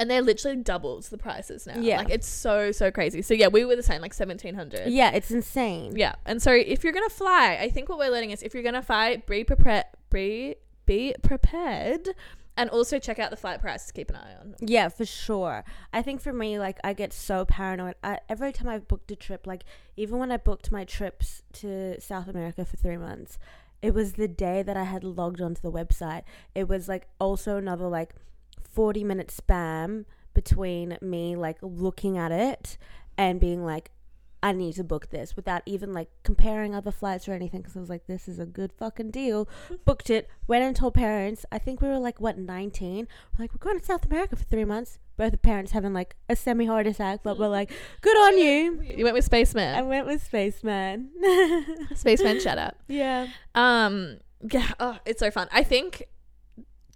[SPEAKER 2] And they're literally doubles the prices now.
[SPEAKER 1] Yeah.
[SPEAKER 2] Like it's so, so crazy. So yeah, we were the same, like seventeen hundred.
[SPEAKER 1] Yeah, it's insane.
[SPEAKER 2] Yeah. And so if you're gonna fly, I think what we're learning is if you're gonna fly, be prepared be be prepared and also check out the flight prices to keep an eye on.
[SPEAKER 1] Yeah, for sure. I think for me, like, I get so paranoid. I, every time I've booked a trip, like, even when I booked my trips to South America for three months, it was the day that I had logged onto the website. It was, like, also another, like, 40 minute spam between me, like, looking at it and being like, I need to book this without even like comparing other flights or anything because I was like, this is a good fucking deal. Booked it, went and told parents. I think we were like, what, 19? We're like, we're going to South America for three months. Both the parents having like a semi heart attack, but we're like, good on you.
[SPEAKER 2] You went with
[SPEAKER 1] I
[SPEAKER 2] Spaceman.
[SPEAKER 1] went with Spaceman.
[SPEAKER 2] Spaceman, shut up.
[SPEAKER 1] yeah.
[SPEAKER 2] Um, yeah, oh, it's so fun. I think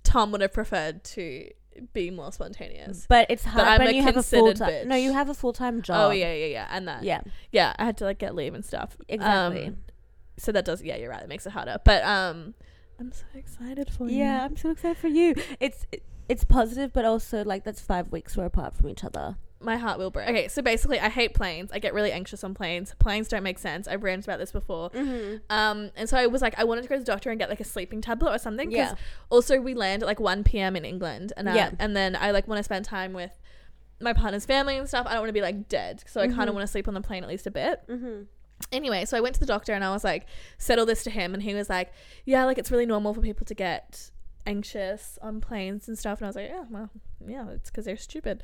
[SPEAKER 2] Tom would have preferred to be more spontaneous.
[SPEAKER 1] But it's hard
[SPEAKER 2] I'm
[SPEAKER 1] when
[SPEAKER 2] a
[SPEAKER 1] you have a full
[SPEAKER 2] considered
[SPEAKER 1] time. No,
[SPEAKER 2] bitch.
[SPEAKER 1] you have a full time job.
[SPEAKER 2] Oh yeah, Um, yeah, yeah, and that. Yeah,
[SPEAKER 1] Yeah,
[SPEAKER 2] yeah. I had to like get leave and stuff. Um,
[SPEAKER 1] exactly.
[SPEAKER 2] so that does. Yeah, you're right. It makes it harder. But um, I'm so excited for you.
[SPEAKER 1] yeah, I'm so excited for you. It's it's positive, but also like that's five weeks we're apart from each other.
[SPEAKER 2] My heart will break. Okay, so basically, I hate planes. I get really anxious on planes. Planes don't make sense. I've ranted about this before.
[SPEAKER 1] Mm-hmm.
[SPEAKER 2] Um, and so I was like, I wanted to go to the doctor and get like a sleeping tablet or something. 'cause
[SPEAKER 1] Yeah.
[SPEAKER 2] Also, we land at like 1 p.m. in England, and I,
[SPEAKER 1] Yeah.
[SPEAKER 2] and then I like want to spend time with my partner's family and stuff. I don't want to be like dead, so I kind
[SPEAKER 1] Mhm.
[SPEAKER 2] of want to sleep on the plane at least a bit.
[SPEAKER 1] Mm-hmm.
[SPEAKER 2] Anyway, so I went to the doctor and I was like, said all this to him, and he was like, Yeah, like it's really normal for people to get anxious on planes and stuff. And I was like, Yeah, well, yeah, it's because they're stupid.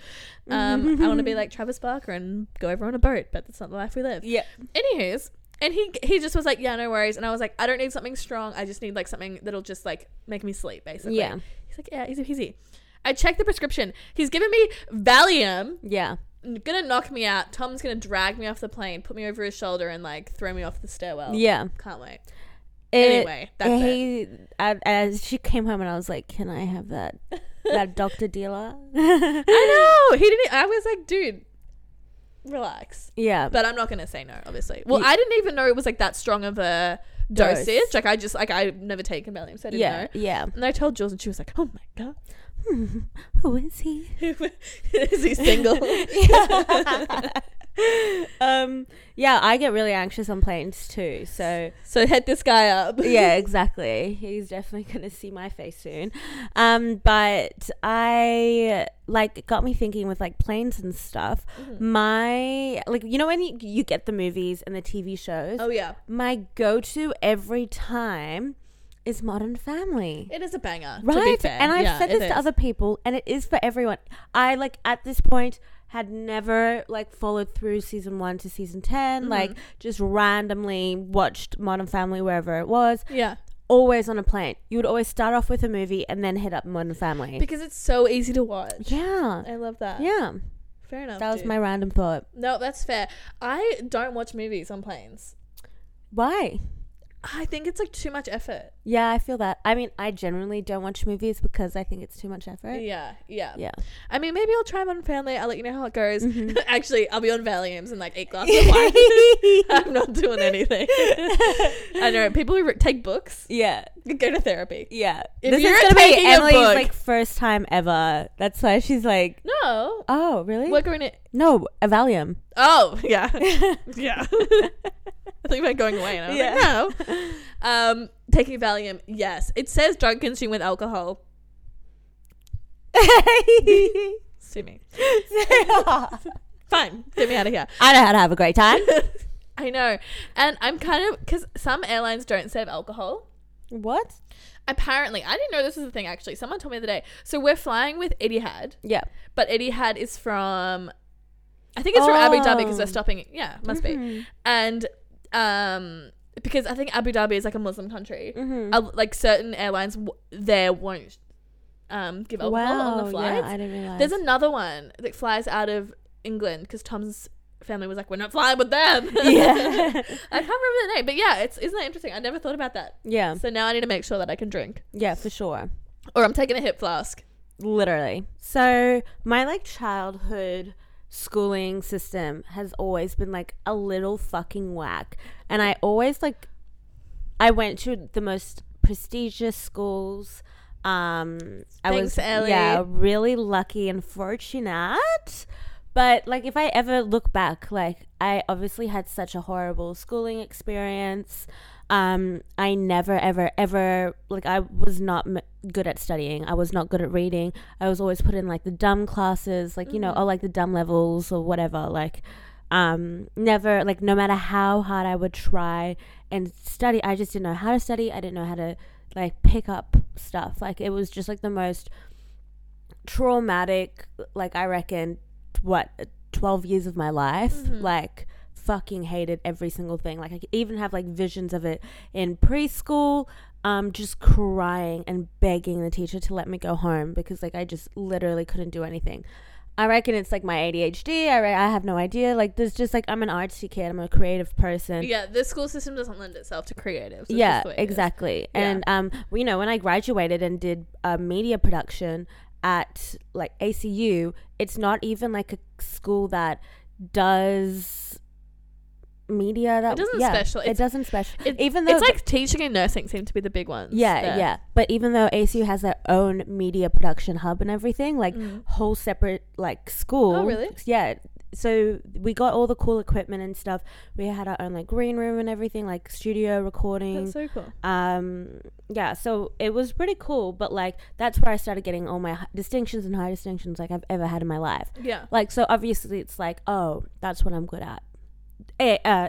[SPEAKER 2] Um, I want to be like Travis Barker and go over on a boat, but that's not the life we live.
[SPEAKER 1] Yeah.
[SPEAKER 2] Anywho's, and he he just was like, yeah, no worries. And I was like, I don't need something strong. I just need like something that'll just like make me sleep, basically.
[SPEAKER 1] Yeah.
[SPEAKER 2] He's like, yeah, easy peasy. I checked the prescription. He's giving me Valium.
[SPEAKER 1] Yeah.
[SPEAKER 2] Gonna knock me out. Tom's gonna drag me off the plane, put me over his shoulder, and like throw me off the stairwell.
[SPEAKER 1] Yeah.
[SPEAKER 2] Can't wait.
[SPEAKER 1] It-
[SPEAKER 2] Oh. anyway, that's it.
[SPEAKER 1] he, I, as she came home and I was like, "Can I have that that doctor dealer?"
[SPEAKER 2] I know. He didn't. e, I was like, dude, relax.
[SPEAKER 1] yeah.
[SPEAKER 2] But I'm not gonna say no, obviously. Well, I didn't even know it was like that strong of a
[SPEAKER 1] Dose.
[SPEAKER 2] dosage. Like I just like I've never taken Valium, so I didn't
[SPEAKER 1] yeah.
[SPEAKER 2] know.
[SPEAKER 1] Yeah.
[SPEAKER 2] And I told Jules, and she was like, "Oh my god,
[SPEAKER 1] Hmm, Who is he?
[SPEAKER 2] is he single?"
[SPEAKER 1] um. Yeah, I get really anxious on planes too. So
[SPEAKER 2] so hit this guy up.
[SPEAKER 1] yeah, exactly. He's definitely going to see my face soon. Um, but I like it got me thinking with like planes and stuff. My like you know when you, you get the movies and the TV shows,
[SPEAKER 2] Oh yeah.
[SPEAKER 1] my go-to every time is Modern Family.
[SPEAKER 2] It is a banger. to be
[SPEAKER 1] Right.
[SPEAKER 2] fair.
[SPEAKER 1] And I've
[SPEAKER 2] Yeah,
[SPEAKER 1] said
[SPEAKER 2] it
[SPEAKER 1] this to
[SPEAKER 2] is.
[SPEAKER 1] other people, and it is for everyone. I like at this point had never like followed through season one to season 10
[SPEAKER 2] Mm-hmm.
[SPEAKER 1] like just randomly watched modern family wherever it was
[SPEAKER 2] Yeah.
[SPEAKER 1] always on a plane you would always start off with a movie and then hit up modern family
[SPEAKER 2] Because it's so easy to watch.
[SPEAKER 1] yeah
[SPEAKER 2] I love that.
[SPEAKER 1] yeah
[SPEAKER 2] Fair enough.
[SPEAKER 1] that was
[SPEAKER 2] dude.
[SPEAKER 1] my random thought
[SPEAKER 2] No, that's fair. I don't watch movies on planes.
[SPEAKER 1] why
[SPEAKER 2] I think it's like too much effort.
[SPEAKER 1] yeah i feel that i mean i generally don't watch movies because i think it's too much effort
[SPEAKER 2] Yeah, yeah,
[SPEAKER 1] yeah
[SPEAKER 2] I mean, maybe I'll try Modern Family. I'll let you know how it goes.
[SPEAKER 1] Mhm.
[SPEAKER 2] Actually, I'll be on Valiums and like eight glasses of wine. I'm not doing anything. I know people who re- take books
[SPEAKER 1] yeah
[SPEAKER 2] go to therapy.
[SPEAKER 1] Yeah.
[SPEAKER 2] If
[SPEAKER 1] this
[SPEAKER 2] you're
[SPEAKER 1] is gonna be
[SPEAKER 2] taking a
[SPEAKER 1] Emily's
[SPEAKER 2] book-
[SPEAKER 1] like first time ever. That's why she's like,
[SPEAKER 2] No,
[SPEAKER 1] Oh, really?
[SPEAKER 2] we're going to.
[SPEAKER 1] No, a Valium.
[SPEAKER 2] Oh, yeah, yeah. I think about going away, and I was like, no. Um, taking Valium, yes. It says don't consume with alcohol. Sue me. Fine, get me out of here.
[SPEAKER 1] I know how to have a great time.
[SPEAKER 2] I know. And I'm kind of because some airlines don't serve alcohol.
[SPEAKER 1] what?
[SPEAKER 2] Apparently, I didn't know this was a thing. Actually, someone told me the other day. So we're flying with Etihad,
[SPEAKER 1] Yeah.
[SPEAKER 2] but Etihad is from, I think it's from Abu Dhabi because
[SPEAKER 1] Oh.
[SPEAKER 2] we're stopping. Yeah, must be.
[SPEAKER 1] Mm-hmm.
[SPEAKER 2] And um, because I think Abu Dhabi is like a Muslim country,
[SPEAKER 1] Mhm.
[SPEAKER 2] uh, like certain airlines w- there won't um give alcohol on the flights.
[SPEAKER 1] Yeah, I didn't realize.
[SPEAKER 2] There's another one that flies out of England because Tom's family was like, "We're not flying with them."
[SPEAKER 1] Yeah.
[SPEAKER 2] I can't remember the name, but yeah, it's isn't that interesting? I never thought about that.
[SPEAKER 1] yeah.
[SPEAKER 2] So now I need to make sure that I can drink,
[SPEAKER 1] Yeah, for sure.
[SPEAKER 2] or I'm taking a hip flask.
[SPEAKER 1] Literally. So my like childhood schooling system has always been like a little fucking whack. And I always like I went to the most prestigious schools. Um I
[SPEAKER 2] Thanks,
[SPEAKER 1] was
[SPEAKER 2] Ellie.
[SPEAKER 1] yeah, really lucky and fortunate. But like if I ever look back, like I obviously had such a horrible schooling experience. Um I never ever ever like I was not m- good at studying. I was not good at reading. I was always put in like the dumb classes, like you know, or like the dumb levels or whatever, like um never like no matter how hard I would try and study, I just didn't know how to study. I didn't know how to like pick up stuff. Like it was just like the most traumatic like i reckon what 12 years of my life like fucking hated every single thing like i could even have like visions of it in preschool um just crying and begging the teacher to let me go home because like i just literally couldn't do anything i reckon it's like my adhd i, re- I have no idea like there's just like i'm an artsy kid i'm a creative person
[SPEAKER 2] Yeah, the school system doesn't lend itself to creatives. It's
[SPEAKER 1] yeah
[SPEAKER 2] just the way it is.
[SPEAKER 1] exactly
[SPEAKER 2] Yeah.
[SPEAKER 1] and um well, you know when i graduated and did a media production at like acu it's not even like a school that does media that
[SPEAKER 2] doesn't
[SPEAKER 1] yeah,
[SPEAKER 2] special-
[SPEAKER 1] it
[SPEAKER 2] it's-
[SPEAKER 1] doesn't special
[SPEAKER 2] It-
[SPEAKER 1] even though
[SPEAKER 2] it's like teaching and nursing seem to be the big ones.
[SPEAKER 1] yeah
[SPEAKER 2] that-
[SPEAKER 1] yeah but even though acu has their own media production hub and everything like whole separate like school
[SPEAKER 2] Mm. Oh, really?
[SPEAKER 1] yeah so we got all the cool equipment and stuff we had our own like green room and everything like studio recording
[SPEAKER 2] That's so cool.
[SPEAKER 1] um yeah so it was pretty cool but like that's where i started getting all my hi- distinctions and high distinctions like i've ever had in my life
[SPEAKER 2] Yeah.
[SPEAKER 1] like so obviously it's like oh that's what i'm good at Eh, uh,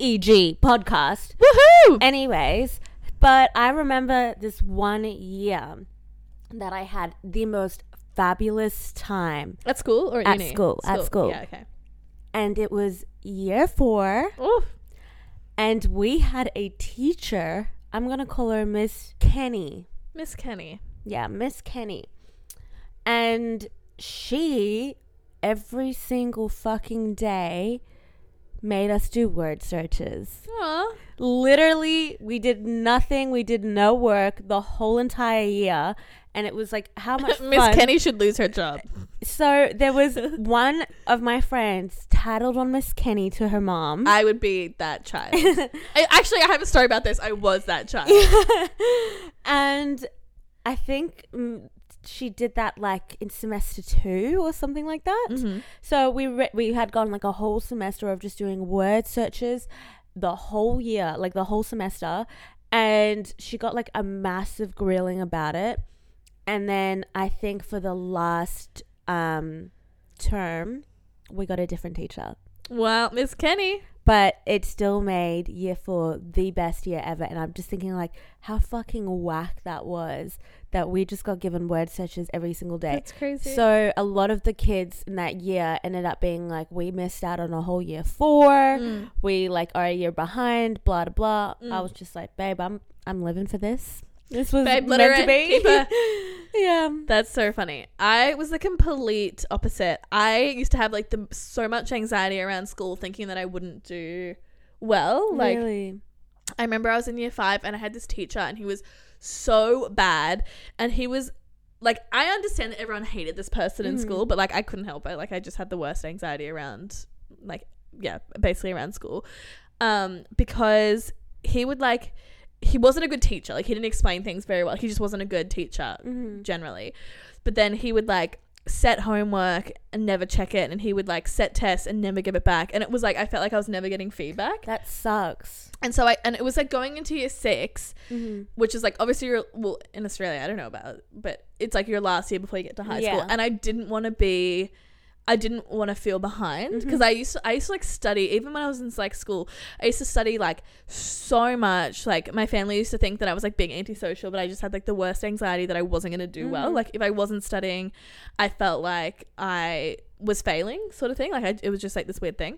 [SPEAKER 1] eg podcast
[SPEAKER 2] Woohoo!
[SPEAKER 1] anyways but i remember this one year that i had the most fabulous time
[SPEAKER 2] At school or at,
[SPEAKER 1] At
[SPEAKER 2] uni?
[SPEAKER 1] school, at school.
[SPEAKER 2] Yeah. Okay.
[SPEAKER 1] and it was year four
[SPEAKER 2] Oh,
[SPEAKER 1] and we had a teacher i'm gonna call her miss kenny
[SPEAKER 2] Miss Kenny.
[SPEAKER 1] Yeah, Miss Kenny. And she, every single fucking day, made us do word searches.
[SPEAKER 2] Aw.
[SPEAKER 1] Literally, we did nothing. We did no work the whole entire year. And it was like, how much
[SPEAKER 2] Miss
[SPEAKER 1] fun.
[SPEAKER 2] Kenny should lose her job.
[SPEAKER 1] So there was one of my friends tattled on Miss Kenny to her mom.
[SPEAKER 2] I would be that child. I, actually, I have a story about this. I was that child.
[SPEAKER 1] and I think mm, she did that like in semester two or something like that.
[SPEAKER 2] Mm-hmm.
[SPEAKER 1] So we re- we had gone like a whole semester of just doing word searches, the whole year, like the whole semester, and she got like a massive grilling about it. And then I think for the last um, term, we got a different teacher.
[SPEAKER 2] Well, Miss Kenny.
[SPEAKER 1] But it still made year four the best year ever. And I'm just thinking, like, how fucking whack that was that we just got given word searches every single day.
[SPEAKER 2] That's crazy.
[SPEAKER 1] So a lot of the kids in that year ended up being like, we missed out on a whole year four.
[SPEAKER 2] Mm.
[SPEAKER 1] We like are a year behind. Blah da, blah. I
[SPEAKER 2] Mm.
[SPEAKER 1] was just like, babe, I'm I'm living for this. This was
[SPEAKER 2] Babe, let
[SPEAKER 1] meant
[SPEAKER 2] her
[SPEAKER 1] to
[SPEAKER 2] in.
[SPEAKER 1] be.
[SPEAKER 2] Keep her.
[SPEAKER 1] yeah.
[SPEAKER 2] That's so funny. I was the complete opposite. I used to have like the so much anxiety around school, thinking that I wouldn't do well. Like
[SPEAKER 1] really.
[SPEAKER 2] I remember I was in year five and I had this teacher and he was so bad and he was like I understand that everyone hated this person in
[SPEAKER 1] Mhm.
[SPEAKER 2] school, but like I couldn't help it. Like I just had the worst anxiety around like yeah, basically around school. Um, because he would like he wasn't a good teacher. Like he didn't explain things very well. He just wasn't a good teacher
[SPEAKER 1] Mhm.
[SPEAKER 2] generally. But then he would like set homework and never check it and he would like set tests and never give it back. And it was like I felt like I was never getting feedback.
[SPEAKER 1] That sucks.
[SPEAKER 2] And so I and it was like going into year six,
[SPEAKER 1] Mhm.
[SPEAKER 2] which is like obviously you're well in Australia. I don't know about, it, but it's like your last year before you get to high school.
[SPEAKER 1] Yeah.
[SPEAKER 2] And I didn't want to be, I didn't want to feel behind because
[SPEAKER 1] Mhm.
[SPEAKER 2] I used to I used to like study even when I was in like school. I used to study like so much. Like my family used to think that I was like being antisocial, but I just had like the worst anxiety that I wasn't gonna do well.
[SPEAKER 1] Mhm.
[SPEAKER 2] Like if I wasn't studying, I felt like I was failing, sort of thing. Like I, it was just like this weird thing.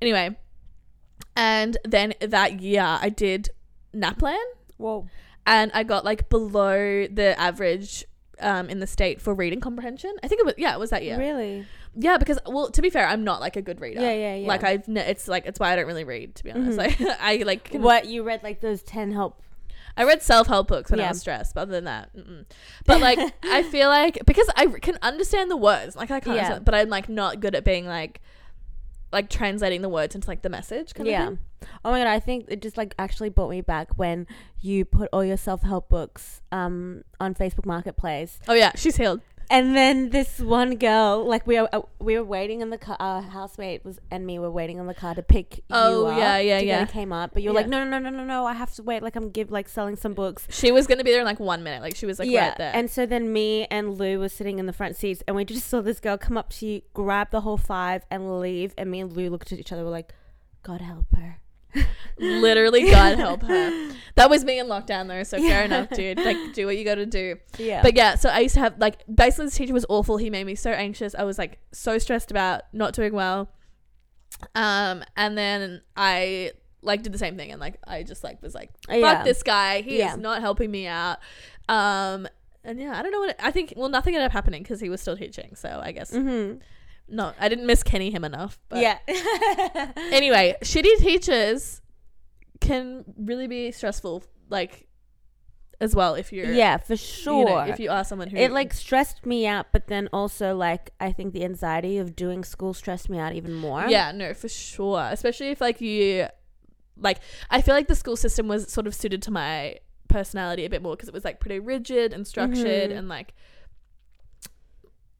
[SPEAKER 2] Anyway. And then that year, I did NAPLAN,
[SPEAKER 1] Well,
[SPEAKER 2] and I got like below the average um, in the state for reading comprehension. I think it was yeah, it was that year.
[SPEAKER 1] really.
[SPEAKER 2] Yeah, because well, to be fair, I'm not like a good reader.
[SPEAKER 1] Yeah, yeah, yeah.
[SPEAKER 2] Like I've, ne- it's like it's why I don't really read. To be honest, like I like can-
[SPEAKER 1] what you read like those 10 help
[SPEAKER 2] I read self help books when I
[SPEAKER 1] Yeah.
[SPEAKER 2] was stressed, but other than that, mm-mm. but like I feel like because I can understand the words, like I can't,
[SPEAKER 1] Yeah.
[SPEAKER 2] understand, but I'm like not good at being like like translating the words into like the message. Kind
[SPEAKER 1] yeah
[SPEAKER 2] of thing.
[SPEAKER 1] oh my god i think it just like actually brought me back when you put all your self-help books um on facebook marketplace
[SPEAKER 2] Oh yeah, she's healed.
[SPEAKER 1] and then this one girl like we were uh, we were waiting in the car our housemate was and me were waiting in the car to pick
[SPEAKER 2] Oh,
[SPEAKER 1] you up
[SPEAKER 2] yeah, yeah,
[SPEAKER 1] to
[SPEAKER 2] yeah.
[SPEAKER 1] get a Kmart, but you're
[SPEAKER 2] Yeah.
[SPEAKER 1] like no no no no no no i have to wait like i'm give like selling some books
[SPEAKER 2] She was gonna be there in like one minute. Like she was like right there.
[SPEAKER 1] And so then me and Lou were sitting in the front seats and we just saw this girl come up to you, grab the whole five and leave. And me and Lou looked at each other, we're like, God help her.
[SPEAKER 2] Literally, God help her. That was me in lockdown though, so fair enough, dude. Like, do what you gotta do.
[SPEAKER 1] Yeah.
[SPEAKER 2] But yeah, so I used to have like basically this teacher was awful. He made me so anxious. I was like so stressed about not doing well. Um, and then I like did the same thing, and like I just like was like, fuck
[SPEAKER 1] Yeah.
[SPEAKER 2] this guy. He
[SPEAKER 1] Yeah.
[SPEAKER 2] is not helping me out. Um, and yeah, I don't know what it, I think. Well, nothing ended up happening because he was still teaching. So I guess
[SPEAKER 1] mm-hmm.
[SPEAKER 2] no, I didn't miss Kenny him enough. But
[SPEAKER 1] yeah.
[SPEAKER 2] anyway, shitty teachers can really be stressful, like as well if you're
[SPEAKER 1] yeah, for
[SPEAKER 2] you
[SPEAKER 1] sure.
[SPEAKER 2] know, if you are someone who
[SPEAKER 1] it like stressed me out, but then also like I think the anxiety of doing school stressed me out even more.
[SPEAKER 2] yeah no for sure, especially if like you like I feel like the school system was sort of suited to my personality a bit more because it was like pretty rigid and structured
[SPEAKER 1] Mhm.
[SPEAKER 2] and like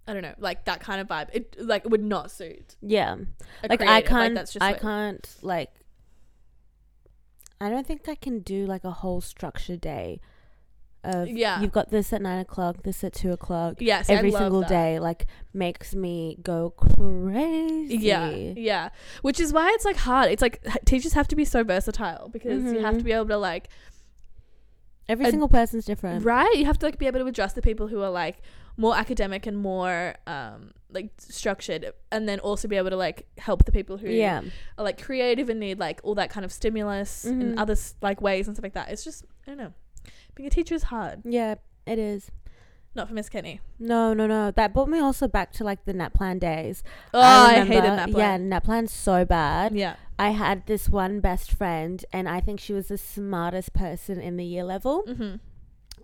[SPEAKER 2] I don't know like that kind of vibe it like would not suit
[SPEAKER 1] yeah.
[SPEAKER 2] a
[SPEAKER 1] Like I
[SPEAKER 2] creative.
[SPEAKER 1] can't.
[SPEAKER 2] that's just
[SPEAKER 1] I
[SPEAKER 2] what-
[SPEAKER 1] can't like. I don't think I can do like a whole structured day. Of
[SPEAKER 2] Yeah.
[SPEAKER 1] you've got this at nine o'clock, this at two o'clock.
[SPEAKER 2] yeah see, I
[SPEAKER 1] every
[SPEAKER 2] love
[SPEAKER 1] single
[SPEAKER 2] that.
[SPEAKER 1] day, like makes me go crazy.
[SPEAKER 2] Yeah, yeah. Which is why it's like hard. It's like h- teachers have to be so versatile because you have
[SPEAKER 1] Mhm.
[SPEAKER 2] to be able to like
[SPEAKER 1] every
[SPEAKER 2] And-
[SPEAKER 1] single person's different.
[SPEAKER 2] right. You have to like be able to address the people who are like more academic and more um like structured, and then also be able to like help the people who
[SPEAKER 1] Yeah,
[SPEAKER 2] are like creative and need like all that kind of stimulus and
[SPEAKER 1] Mhm.
[SPEAKER 2] other s- like ways and stuff like that. It's just I don't know. Being a teacher is hard.
[SPEAKER 1] yeah, it is.
[SPEAKER 2] Not for Miss Kenny.
[SPEAKER 1] No, no, no. That brought me also back to like the nap plan days.
[SPEAKER 2] Oh, I, hated
[SPEAKER 1] remember-
[SPEAKER 2] that.
[SPEAKER 1] Yeah,
[SPEAKER 2] plan.
[SPEAKER 1] nap plan's so bad.
[SPEAKER 2] yeah.
[SPEAKER 1] I had this one best friend, and I think she was the smartest person in the year level.
[SPEAKER 2] Mm-hmm.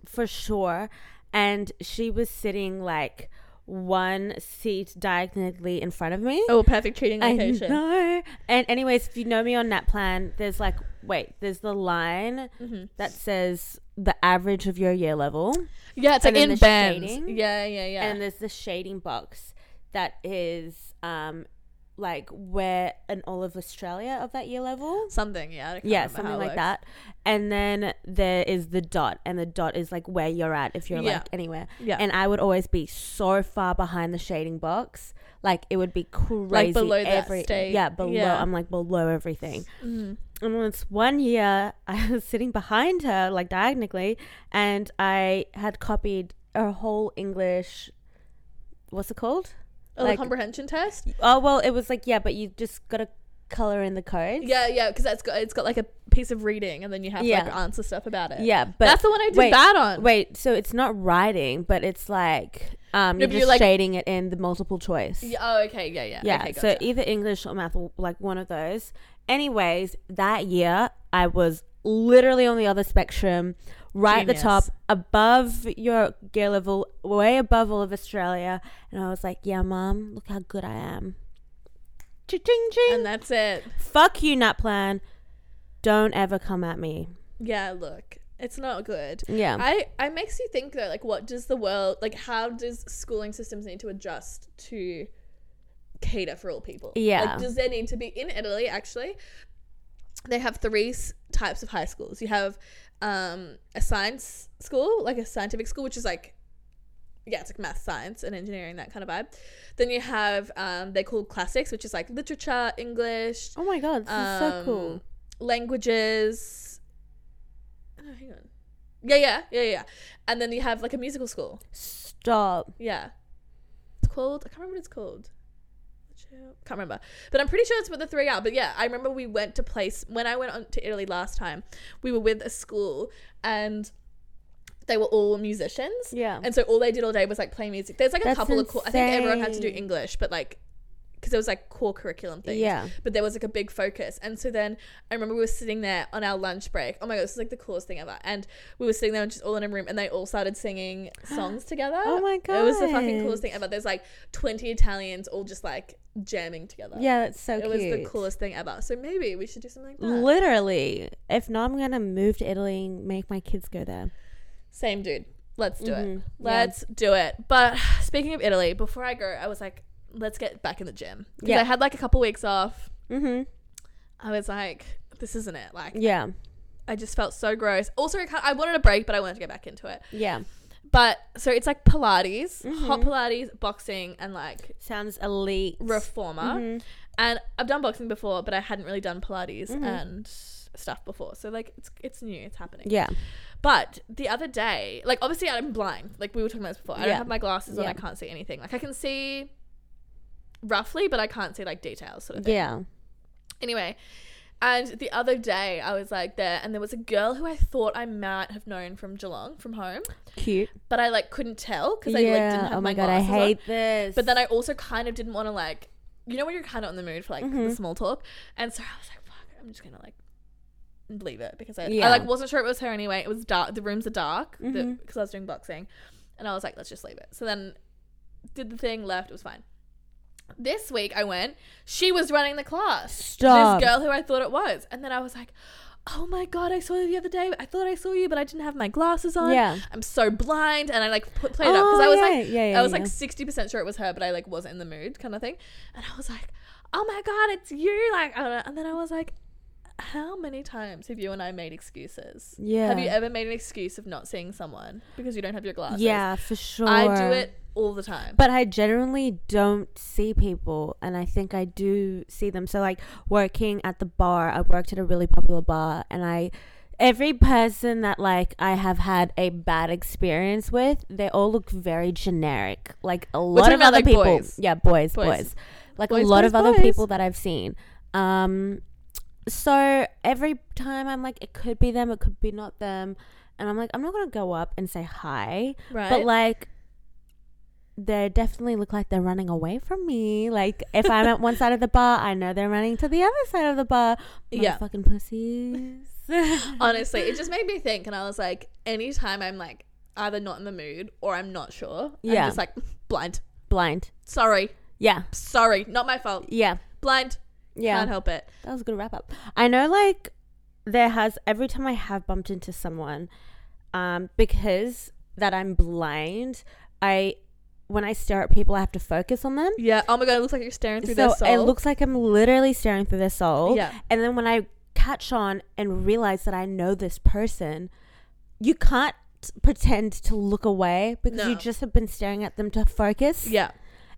[SPEAKER 1] for sure. And she was sitting like one seat diagonally in front of me.
[SPEAKER 2] Oh, perfect cheating
[SPEAKER 1] I
[SPEAKER 2] location.
[SPEAKER 1] know. And anyways, if you know me on that plan, there's like wait, there's the line
[SPEAKER 2] Mm-hmm.
[SPEAKER 1] that says the average of your year level,
[SPEAKER 2] Yeah, it's
[SPEAKER 1] And
[SPEAKER 2] like
[SPEAKER 1] then
[SPEAKER 2] in
[SPEAKER 1] the
[SPEAKER 2] bands.
[SPEAKER 1] shading.
[SPEAKER 2] Yeah, yeah, yeah.
[SPEAKER 1] and there's the shading box that is um like where in all of Australia of that year level.
[SPEAKER 2] something. Yeah, I can't
[SPEAKER 1] Yeah,
[SPEAKER 2] remember how
[SPEAKER 1] something
[SPEAKER 2] it
[SPEAKER 1] like
[SPEAKER 2] works.
[SPEAKER 1] that. And then there is the dot, and the dot is like where you're at if you're
[SPEAKER 2] Yeah.
[SPEAKER 1] like anywhere.
[SPEAKER 2] Yeah,
[SPEAKER 1] and I would always be so far behind the shading box. Like it would be crazy.
[SPEAKER 2] below that
[SPEAKER 1] every-
[SPEAKER 2] state.
[SPEAKER 1] Yeah, below.
[SPEAKER 2] Yeah.
[SPEAKER 1] I'm like below everything.
[SPEAKER 2] Mm.
[SPEAKER 1] And once one year, I was sitting behind her, like diagonally, and I had copied a whole English. What's it called?
[SPEAKER 2] Oh, the
[SPEAKER 1] Like-
[SPEAKER 2] comprehension test.
[SPEAKER 1] Oh well, it was like yeah, but you just gotta color in the codes.
[SPEAKER 2] Yeah, yeah, because that's got it's got like a piece of reading, and then you have to like
[SPEAKER 1] Yeah.
[SPEAKER 2] answer stuff about it.
[SPEAKER 1] yeah, but
[SPEAKER 2] that's the one I did
[SPEAKER 1] wait,
[SPEAKER 2] that on.
[SPEAKER 1] Wait, so it's not writing, but it's like um,
[SPEAKER 2] No,
[SPEAKER 1] you're
[SPEAKER 2] but
[SPEAKER 1] just
[SPEAKER 2] you're like-
[SPEAKER 1] shading it in the multiple choice.
[SPEAKER 2] Yeah, oh, okay, yeah, yeah,
[SPEAKER 1] Yeah,
[SPEAKER 2] Okay,
[SPEAKER 1] so e
[SPEAKER 2] gotcha.
[SPEAKER 1] either English or math, like one of those. Anyways, that year I was literally on the other spectrum, right at the top,
[SPEAKER 2] Genius.
[SPEAKER 1] above your gear level, way above all of Australia, and I was like, "Yeah, mom, look how good I am." Ching ching.
[SPEAKER 2] and that's it.
[SPEAKER 1] Fuck you, Nat Plan. Don't ever come at me.
[SPEAKER 2] Yeah, look, it's not good.
[SPEAKER 1] Yeah.
[SPEAKER 2] I I makes you think though, like, what does the world like? How does schooling systems need to adjust to cater for all people?
[SPEAKER 1] Yeah.
[SPEAKER 2] like, does there need to be in Italy actually? They have three s- types of high schools. You have um, a science school, like a scientific school, which is like yeah, it's like math, science, and engineering, that kind of vibe. Then you have um, they call classics, which is like literature, English,
[SPEAKER 1] oh my god, this is so
[SPEAKER 2] um,
[SPEAKER 1] cool.
[SPEAKER 2] Languages. Oh, hang on. Yeah, yeah, yeah, yeah. And then you have like a musical school.
[SPEAKER 1] Stop.
[SPEAKER 2] Yeah. It's called. I can't remember what it's called. Can't remember, but I'm pretty sure it's what the three are. But yeah, I remember we went to place when I went on to Italy last time. We were with a school, and they were all musicians.
[SPEAKER 1] Yeah.
[SPEAKER 2] And so all they did all day was like play music. There's like a
[SPEAKER 1] That's
[SPEAKER 2] couple of core. I think everyone had to do
[SPEAKER 1] insane.
[SPEAKER 2] English, but like because there was like core curriculum things.
[SPEAKER 1] Yeah.
[SPEAKER 2] But there was like a big focus. And so then I remember we were sitting there on our lunch break. Oh my god, this is like the coolest thing ever. And we were sitting there just all in a room, and they all started singing songs together.
[SPEAKER 1] Oh my
[SPEAKER 2] it was the fucking
[SPEAKER 1] God.
[SPEAKER 2] coolest thing ever. There's like 20 Italians all just like jamming together.
[SPEAKER 1] Yeah, that's so
[SPEAKER 2] It
[SPEAKER 1] cute.
[SPEAKER 2] was the coolest thing ever. So maybe we should do something like that.
[SPEAKER 1] Literally. If not, I'm going to move to Italy and make my kids go there.
[SPEAKER 2] Same dude. Let's do
[SPEAKER 1] Mhm.
[SPEAKER 2] it.
[SPEAKER 1] Yeah.
[SPEAKER 2] Let's do it. But speaking of Italy, before I go, I was like, let's get back in the gym. Because
[SPEAKER 1] Yeah.
[SPEAKER 2] I had like a couple weeks off.
[SPEAKER 1] Mm-hmm.
[SPEAKER 2] I was like, this isn't it. Like,
[SPEAKER 1] Yeah.
[SPEAKER 2] I just felt so gross. Also, I can't- I wanted a break, but I wanted to get back into it.
[SPEAKER 1] Yeah.
[SPEAKER 2] But so it's like Pilates, hot
[SPEAKER 1] Mhm.
[SPEAKER 2] Pilates, boxing, and like
[SPEAKER 1] Sounds elite.
[SPEAKER 2] reformer.
[SPEAKER 1] Mhm.
[SPEAKER 2] And I've done boxing before, but I hadn't really done Pilates
[SPEAKER 1] Mhm.
[SPEAKER 2] and stuff before. So like, it's it's new. It's happening.
[SPEAKER 1] Yeah.
[SPEAKER 2] But the other day, like obviously I'm blind. Like we were talking about this before. I don't
[SPEAKER 1] Yeah.
[SPEAKER 2] have my glasses on.
[SPEAKER 1] Yeah.
[SPEAKER 2] I can't see anything. Like I can see roughly, but I can't see like details sort of thing.
[SPEAKER 1] Yeah.
[SPEAKER 2] Anyway, and the other day I was like there and there was a girl who I thought I might have known from Geelong from home,
[SPEAKER 1] Cute.
[SPEAKER 2] but I like couldn't tell because I like
[SPEAKER 1] yeah.
[SPEAKER 2] didn't have
[SPEAKER 1] oh
[SPEAKER 2] my,
[SPEAKER 1] my, god, I
[SPEAKER 2] glasses on.
[SPEAKER 1] hate this.
[SPEAKER 2] But then I also kind of didn't want to like, you know, when you're kind of in the mood for like the
[SPEAKER 1] Mhm.
[SPEAKER 2] small talk. And so I was like, fuck, I'm just gonna like leave it because I, I
[SPEAKER 1] Yeah.
[SPEAKER 2] like wasn't sure it was her anyway. It was dark. The rooms are dark because
[SPEAKER 1] Mhm.
[SPEAKER 2] I was doing boxing, and I was like, let's just leave it. So then did the thing, left. It was fine. This week I went. She was running the class.
[SPEAKER 1] Stop.
[SPEAKER 2] This girl who I thought it was, and then I was like. Oh my god! I saw you the other day. I thought I saw you, but I didn't have my glasses on.
[SPEAKER 1] Yeah. Oh,
[SPEAKER 2] I'm so blind, and I like put, played it up because I was
[SPEAKER 1] yeah.
[SPEAKER 2] like,
[SPEAKER 1] yeah, yeah,
[SPEAKER 2] I was
[SPEAKER 1] yeah.
[SPEAKER 2] like sixty percent sure it was her, but I like wasn't in the mood, kind of thing. And I was like, "Oh my god, it's you!" Like, I don't know. and then I was like, "How many times have you and I made excuses?
[SPEAKER 1] yeah.
[SPEAKER 2] Have you ever made an excuse of not seeing someone because you don't have your glasses?
[SPEAKER 1] Yeah, for sure.
[SPEAKER 2] I do it all the time.
[SPEAKER 1] But I generally don't see people, and I think I do see them. So, like, working at the bar, I worked at a really popular bar, and I, every person that, like, I have had a bad experience with, they all look very generic. Like, a lot
[SPEAKER 2] talking
[SPEAKER 1] of
[SPEAKER 2] about,
[SPEAKER 1] other
[SPEAKER 2] like,
[SPEAKER 1] people.
[SPEAKER 2] boys.
[SPEAKER 1] Yeah, boys,
[SPEAKER 2] Boys.
[SPEAKER 1] boys. Like,
[SPEAKER 2] Boys,
[SPEAKER 1] a lot
[SPEAKER 2] boys,
[SPEAKER 1] of other
[SPEAKER 2] boys.
[SPEAKER 1] people that I've seen. Um, so every time I'm like, it could be them, it could be not them. And I'm like, I'm not gonna go up and say hi.
[SPEAKER 2] right?
[SPEAKER 1] But like they definitely look like they're running away from me. Like if I'm at one side of the bar, I know they're running to the other side of the bar.
[SPEAKER 2] Yeah.
[SPEAKER 1] Fucking pussies.
[SPEAKER 2] honestly, it just made me think, and I was like, anytime I'm like either not in the mood or I'm not sure, I'm
[SPEAKER 1] Yeah.
[SPEAKER 2] just like blind.
[SPEAKER 1] Blind.
[SPEAKER 2] Sorry,
[SPEAKER 1] Yeah.
[SPEAKER 2] sorry, not my fault.
[SPEAKER 1] Yeah.
[SPEAKER 2] Blind,
[SPEAKER 1] Yeah.
[SPEAKER 2] can't help it.
[SPEAKER 1] That was a good wrap up. I know, like, there has every time I have bumped into someone, um, because that I'm blind, I when I stare at people, I have to focus on them.
[SPEAKER 2] Yeah. Oh my god, it looks like you're staring through
[SPEAKER 1] So
[SPEAKER 2] their soul.
[SPEAKER 1] it looks like I'm literally staring through their soul.
[SPEAKER 2] Yeah.
[SPEAKER 1] And then when I catch on and realize that I know this person, you can't pretend to look away because
[SPEAKER 2] No.
[SPEAKER 1] you just have been staring at them to focus.
[SPEAKER 2] Yeah.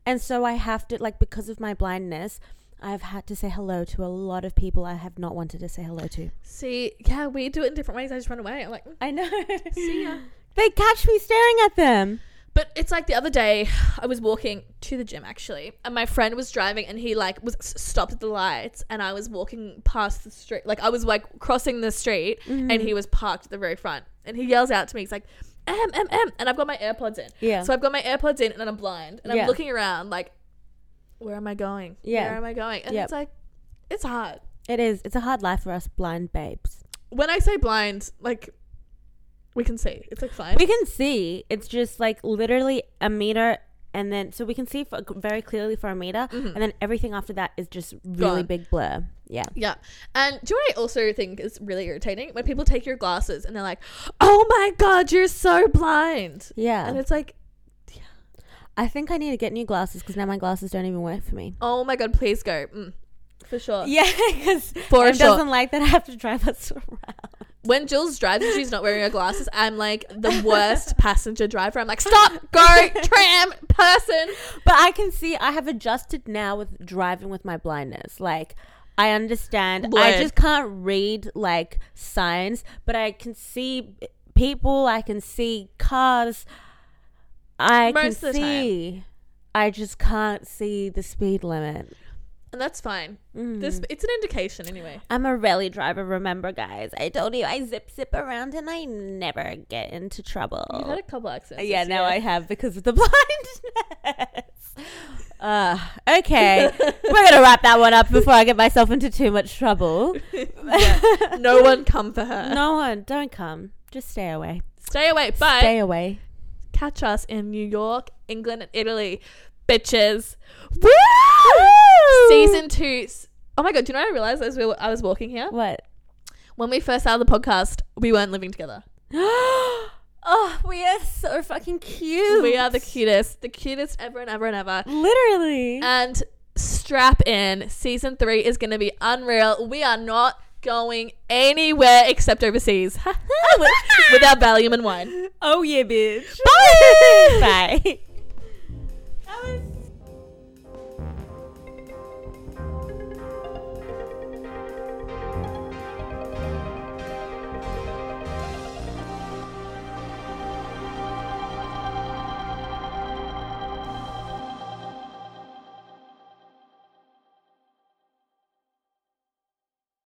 [SPEAKER 1] And so I have to like because of my blindness, I've had to say hello to a lot of people I have not wanted to say hello to.
[SPEAKER 2] See, yeah, we do it in different ways. I just run away. I'm like, "Mm,
[SPEAKER 1] I know.
[SPEAKER 2] see ya.
[SPEAKER 1] They catch me staring at them.
[SPEAKER 2] But it's like the other day, I was walking to the gym actually, and my friend was driving, and he like was s- stopped at the lights, and I was walking past the street, like I was like crossing the street,
[SPEAKER 1] Mm-hmm.
[SPEAKER 2] and he was parked at the very front, and he yells out to me, he's like, "M M M," and I've got my AirPods in,
[SPEAKER 1] Yeah.
[SPEAKER 2] so I've got my AirPods in, and I'm blind, and
[SPEAKER 1] Yeah.
[SPEAKER 2] I'm looking around like, where am I going?
[SPEAKER 1] Yeah.
[SPEAKER 2] where am I going? And
[SPEAKER 1] Yep.
[SPEAKER 2] it's like, it's hard.
[SPEAKER 1] it is. It's a hard life for us blind babes.
[SPEAKER 2] When I say blind, like, we can see. It's like fine.
[SPEAKER 1] We can see. It's just like literally a meter and then so we can see for, very clearly for a meter
[SPEAKER 2] Mhm.
[SPEAKER 1] and then everything after that is just really
[SPEAKER 2] Gone.
[SPEAKER 1] big blur. Yeah.
[SPEAKER 2] Yeah. And do you know what I also think is really irritating? When people take your glasses and they're like, oh my God, you're so blind. And
[SPEAKER 1] Yeah.
[SPEAKER 2] it's like,
[SPEAKER 1] I think I need to get new glasses because now my glasses don't even work for me.
[SPEAKER 2] oh my God, please go. Mm, for sure.
[SPEAKER 1] Yeah, because
[SPEAKER 2] For
[SPEAKER 1] Em
[SPEAKER 2] sure.
[SPEAKER 1] doesn't like that I have to drive us around.
[SPEAKER 2] When Jill's driving, she's not wearing her glasses. I'm like the worst passenger driver. I'm like, stop, go, tram, person.
[SPEAKER 1] But I can see I have adjusted now with driving with my blindness. Like I understand. I
[SPEAKER 2] Lord.
[SPEAKER 1] just can't read like signs, but I can see people. I can see cars. I
[SPEAKER 2] Most
[SPEAKER 1] can
[SPEAKER 2] of the time.
[SPEAKER 1] see. I just can't see the speed limit.
[SPEAKER 2] And that's fine.
[SPEAKER 1] Mm.
[SPEAKER 2] This It's an indication anyway.
[SPEAKER 1] I'm a rally driver. Remember, guys. I told you I zip zip around and I never get into trouble.
[SPEAKER 2] You've had a couple accidents.
[SPEAKER 1] Oh. Yeah,
[SPEAKER 2] this
[SPEAKER 1] now
[SPEAKER 2] year.
[SPEAKER 1] I have because of the blindness. Uh, okay, we're gonna wrap that one up before I get myself into too much trouble.
[SPEAKER 2] Yeah. No one come for her.
[SPEAKER 1] No one, don't come. Just stay away.
[SPEAKER 2] Stay away. Bye.
[SPEAKER 1] Stay away.
[SPEAKER 2] catch us in New York, England, and Italy, bitches.
[SPEAKER 1] Woo!
[SPEAKER 2] Season two. s- Oh my god! Do you know what I realized as we were, I was walking here?
[SPEAKER 1] What?
[SPEAKER 2] When we first started the podcast, we weren't living together.
[SPEAKER 1] oh, we are so fucking cute.
[SPEAKER 2] We are the cutest, the cutest ever and ever and ever.
[SPEAKER 1] Literally.
[SPEAKER 2] And strap in. Season three is going to be unreal. We are not going anywhere except overseas with, with our Valium and wine.
[SPEAKER 1] oh yeah, bitch. Bye. Bye.